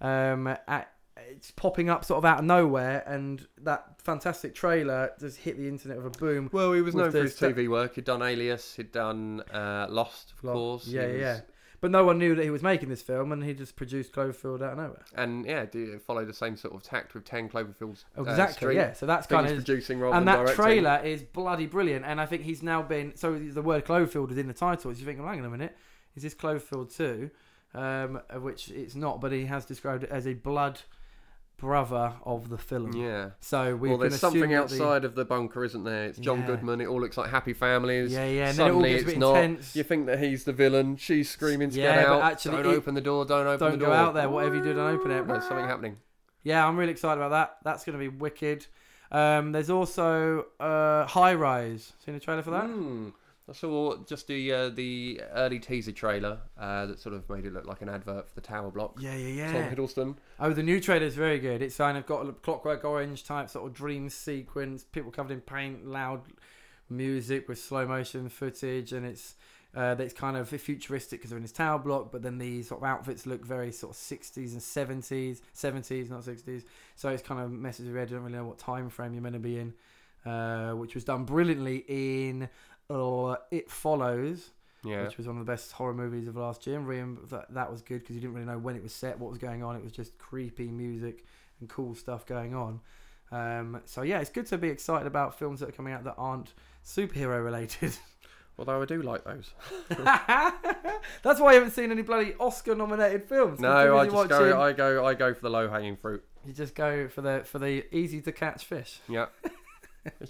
A: um at, it's popping up sort of out of nowhere, and that fantastic trailer just hit the internet with a boom.
D: Well, he was
A: with
D: known for
A: the
D: his
A: sta-
D: TV work. He'd done Alias, he'd done uh, Lost, of
A: Lot.
D: course.
A: Yeah,
D: he was
A: yeah. But no one knew that he was making this film, and he just produced Cloverfield out of nowhere.
D: And yeah, do follow the same sort of tact with Ten Cloverfields. uh,
A: Exactly.
D: Street.
A: yeah. So that's
D: Thing
A: kind
D: is
A: of
D: producing rather
A: and
D: than
A: that
D: directing.
A: trailer is bloody brilliant. And I think he's now been so the word Cloverfield is in the title. So you think, well, hang on a minute, is this Cloverfield two? Um, of which it's not, but he has described it as a blood brother of the film.
D: Yeah.
A: So we
D: Well,
A: can
D: there's
A: assume
D: something
A: that the-
D: outside of the bunker, isn't there? It's John
A: Yeah.
D: Goodman. It all looks like happy families.
A: Yeah, yeah, and then it all
D: Suddenly
A: gets a bit
D: it's not.
A: intense.
D: You think that he's the villain. She's screaming to
A: Yeah,
D: get
A: but
D: out.
A: actually
D: don't
A: it-
D: open the door. Don't open
A: Don't
D: the
A: go
D: door.
A: out there, whatever you do, don't open it.
D: There's something happening.
A: Yeah, I'm really excited about that. That's going to be wicked. Um, there's also uh, High Rise. Seen a trailer for that?
D: Hmm. I saw just the uh, the early teaser trailer uh, that sort of made it look like an advert for the tower block.
A: Yeah, yeah,
D: Tom
A: yeah.
D: Hiddleston.
A: Oh, the new trailer's very good. It's kind of got a Clockwork Orange type sort of dream sequence, people covered in paint, loud music with slow motion footage, and it's uh, it's kind of futuristic because they're in this tower block, but then these sort of outfits look very sort of 60s and 70s, 70s, not 60s. So it's kind of messes with you. I don't really know what time frame you're meant to be in, uh, which was done brilliantly in or It Follows
D: Yeah.
A: which was one of the best horror movies of last year. And Reem, that, that was good because you didn't really know when it was set, what was going on. It was just creepy music and cool stuff going on. Um, so yeah, it's good to be excited about films that are coming out that aren't superhero related. *laughs*
D: Although I do like those.
A: That's why I haven't seen any bloody Oscar nominated films. 'cause you're
D: No, I
A: busy
D: just
A: watching-
D: go. I go. I go for the low hanging fruit.
A: you just go for the for the easy to catch fish. *laughs*
D: Yeah.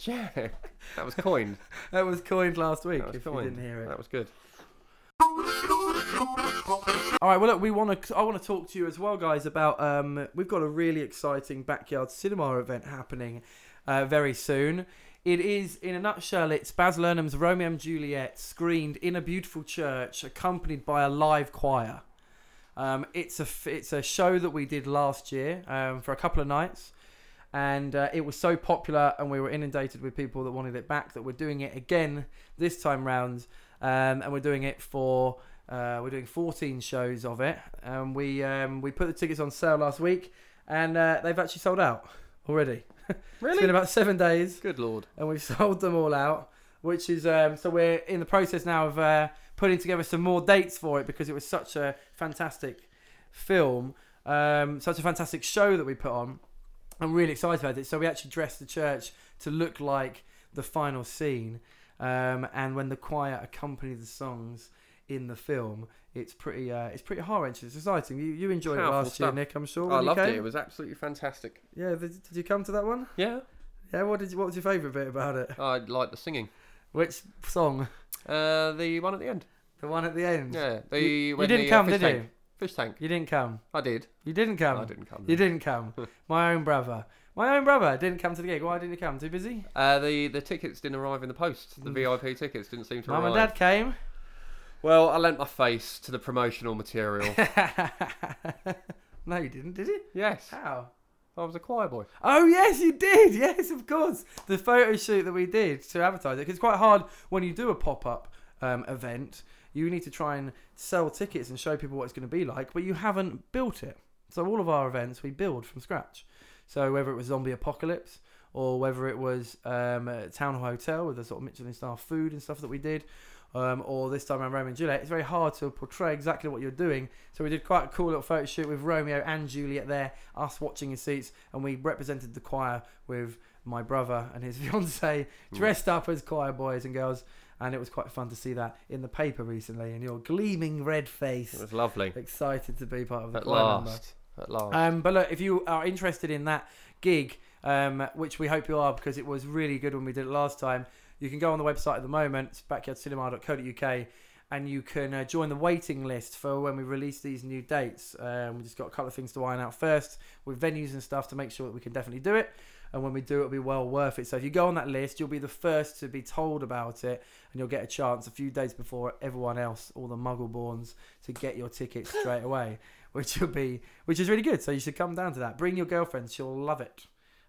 D: yeah. That was coined.
A: That was coined last week.
D: That was
A: If you
D: coined.
A: didn't hear it,
D: That was good.
A: All right, well, look, we want to. I want to talk to you as well, guys, about um, we've got a really exciting backyard cinema event happening uh, very soon. It is, in a nutshell, it's Baz Luhrmann's Romeo and Juliet screened in a beautiful church, accompanied by a live choir. Um, it's a f- it's a show that we did last year um, for a couple of nights, and uh, it was so popular, and we were inundated with people that wanted it back. That we're doing it again this time round, um, and we're doing it for uh, we're doing 14 shows of it. Um, we um, we put the tickets on sale last week, and uh, they've actually sold out already. *laughs* Really? it's been about seven days
D: Good lord.
A: and we've *laughs* sold them all out. Which is um, so we're in the process now of uh, putting together some more dates for it because it was such a fantastic film, um, such a fantastic show that we put on. I'm really excited about it. So we actually dressed the church to look like the final scene, um, and when the choir accompany the songs in the film, it's pretty uh, it's pretty heart wrenching. It's exciting. You, you enjoyed
D: Powerful
A: it last year,
D: stuff.
A: Nick. I'm sure.
D: I
A: when you
D: loved it.
A: came.
D: It was absolutely fantastic.
A: yeah. Did, did you come to that one?
D: Yeah.
A: Yeah. What did you, what was your favourite bit about it?
D: I liked the singing.
A: Which song?
D: Uh, the one at the end.
A: The one at the end.
D: Yeah. The
A: You- you
D: when
A: didn't
D: the, uh,
A: come, did
D: fish tank.
A: you?
D: Fish tank.
A: You didn't come.
D: I did.
A: You didn't come.
D: I didn't come,
A: You
D: no.
A: didn't
D: *laughs*
A: come. My own brother. My own brother didn't come to the gig. Why didn't he come? Too busy?
D: Uh, the the tickets didn't arrive in the post. The VIP tickets didn't seem to
A: Mm. Mum
D: arrive.
A: and dad came. *laughs*
D: Well, I lent my face to the
A: *laughs*
D: promotional material.
A: no, you didn't, did you?
D: yes,
A: How?
D: I was a choir boy.
A: Oh yes, you did. Yes, of course. The photo shoot that we did to advertise it. 'cause it's quite hard when you do a pop up um, event. You need to try and sell tickets and show people what it's going to be like, but you haven't built it. So all of our events we build from scratch. So whether it was zombie apocalypse or whether it was um, a town hall hotel with the sort of Michelin star food and stuff that we did, um, or this time around Romeo and Juliet, it's very hard to portray exactly what you're doing. So we did quite a cool little photo shoot with Romeo and Juliet there, us watching in seats, and we represented the choir with my brother and his *laughs* fiance dressed up as choir boys and girls. And it was quite fun to see that in the paper recently, and your gleaming red
D: It
A: face,
D: was lovely.
A: excited to be part of the
D: At
A: choir number.
D: last. At last.
A: Um, but look, if you are interested in that gig, um, which we hope you are because it was really good when we did it last time, you can go on the website at the moment, it's backyardcinema.co.uk, and you can uh, join the waiting list for when we release these new dates. Um, we just got a couple of things to iron out first with venues and stuff to make sure that we can definitely do it. And when we do, it'll be well worth it. So if you go on that list, you'll be the first to be told about it, and you'll get a chance a few days before everyone else, all the Muggleborns, to get your
D: *laughs*
A: tickets straight away, which will be which is really good. So you should come down to that. Bring your girlfriend; she'll love it.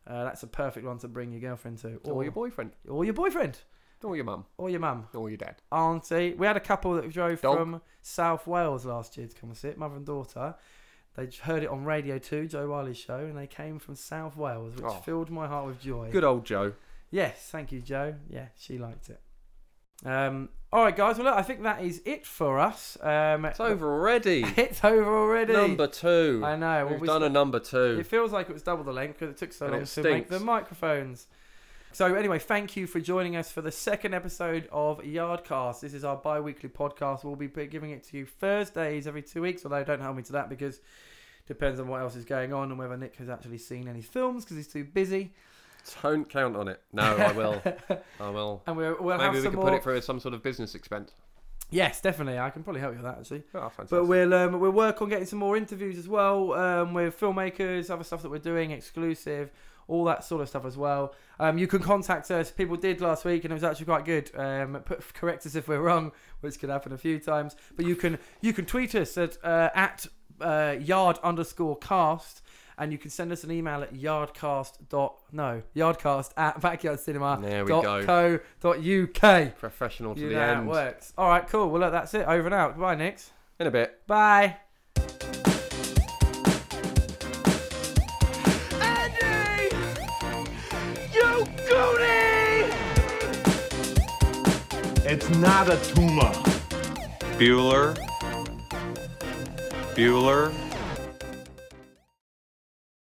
A: Uh, that's a perfect one to bring your girlfriend to,
D: or your boyfriend.
A: or your boyfriend,
D: Or your mum.
A: or your mum
D: Or your dad.
A: auntie. We had a couple that drove
D: Dog.
A: from South Wales last year to come and see it, mother and daughter. They heard it on Radio 2, Joe Wiley's show, and they came from South Wales, which
D: Oh.
A: filled my heart with joy.
D: Good old Joe.
A: Yes, thank you, Joe. Yeah, she liked it. Um, all right, guys. Well, look, I think that is it for us. Um,
E: It's over already.
A: *laughs* It's over already.
E: number two.
A: I know, well,
E: We've
A: we
E: done a
A: still-
E: number two.
A: It feels like it was double the length because it took so
E: And
A: long
E: it
A: to make
E: stinks.
A: the microphones. So anyway, thank you for joining us for the second episode of Yardcast. This is our bi-weekly podcast. We'll be giving it to you Thursdays every two weeks, although don't hold me to that because depends on what else is going on and whether Nick has actually seen any films because he's too busy.
E: *laughs* Don't count on it. No, I
A: *laughs*
E: will. I will.
A: And we'll, we'll have
E: Maybe we
A: some
E: can
A: more.
E: put it through as some sort of business expense.
A: Yes, definitely. I can probably help you with that actually.
E: Oh, fantastic.
A: But we'll um, we'll work on getting some more interviews as well um, with filmmakers, other stuff that we're doing, exclusive, all that sort of stuff as well. Um, you can contact us. People did last week, and it was actually quite good. Um, put, *laughs* correct us if we're wrong, which could happen a few times. But you can you can tweet us at uh, at uh, yard underscore cast. And you can send us an email at yardcast dot no yardcast at *laughs*
E: There we
A: backyardcinema.co.uk. uk.
E: Professional to
A: You know
E: the
A: how it
E: end.
A: works. All right, cool. Well, look, that's it. Over and out. Goodbye, Nix.
E: In a bit.
A: Bye.
G: Andy! You goonie!
B: It's not a tumor.
J: Bueller. Bueller.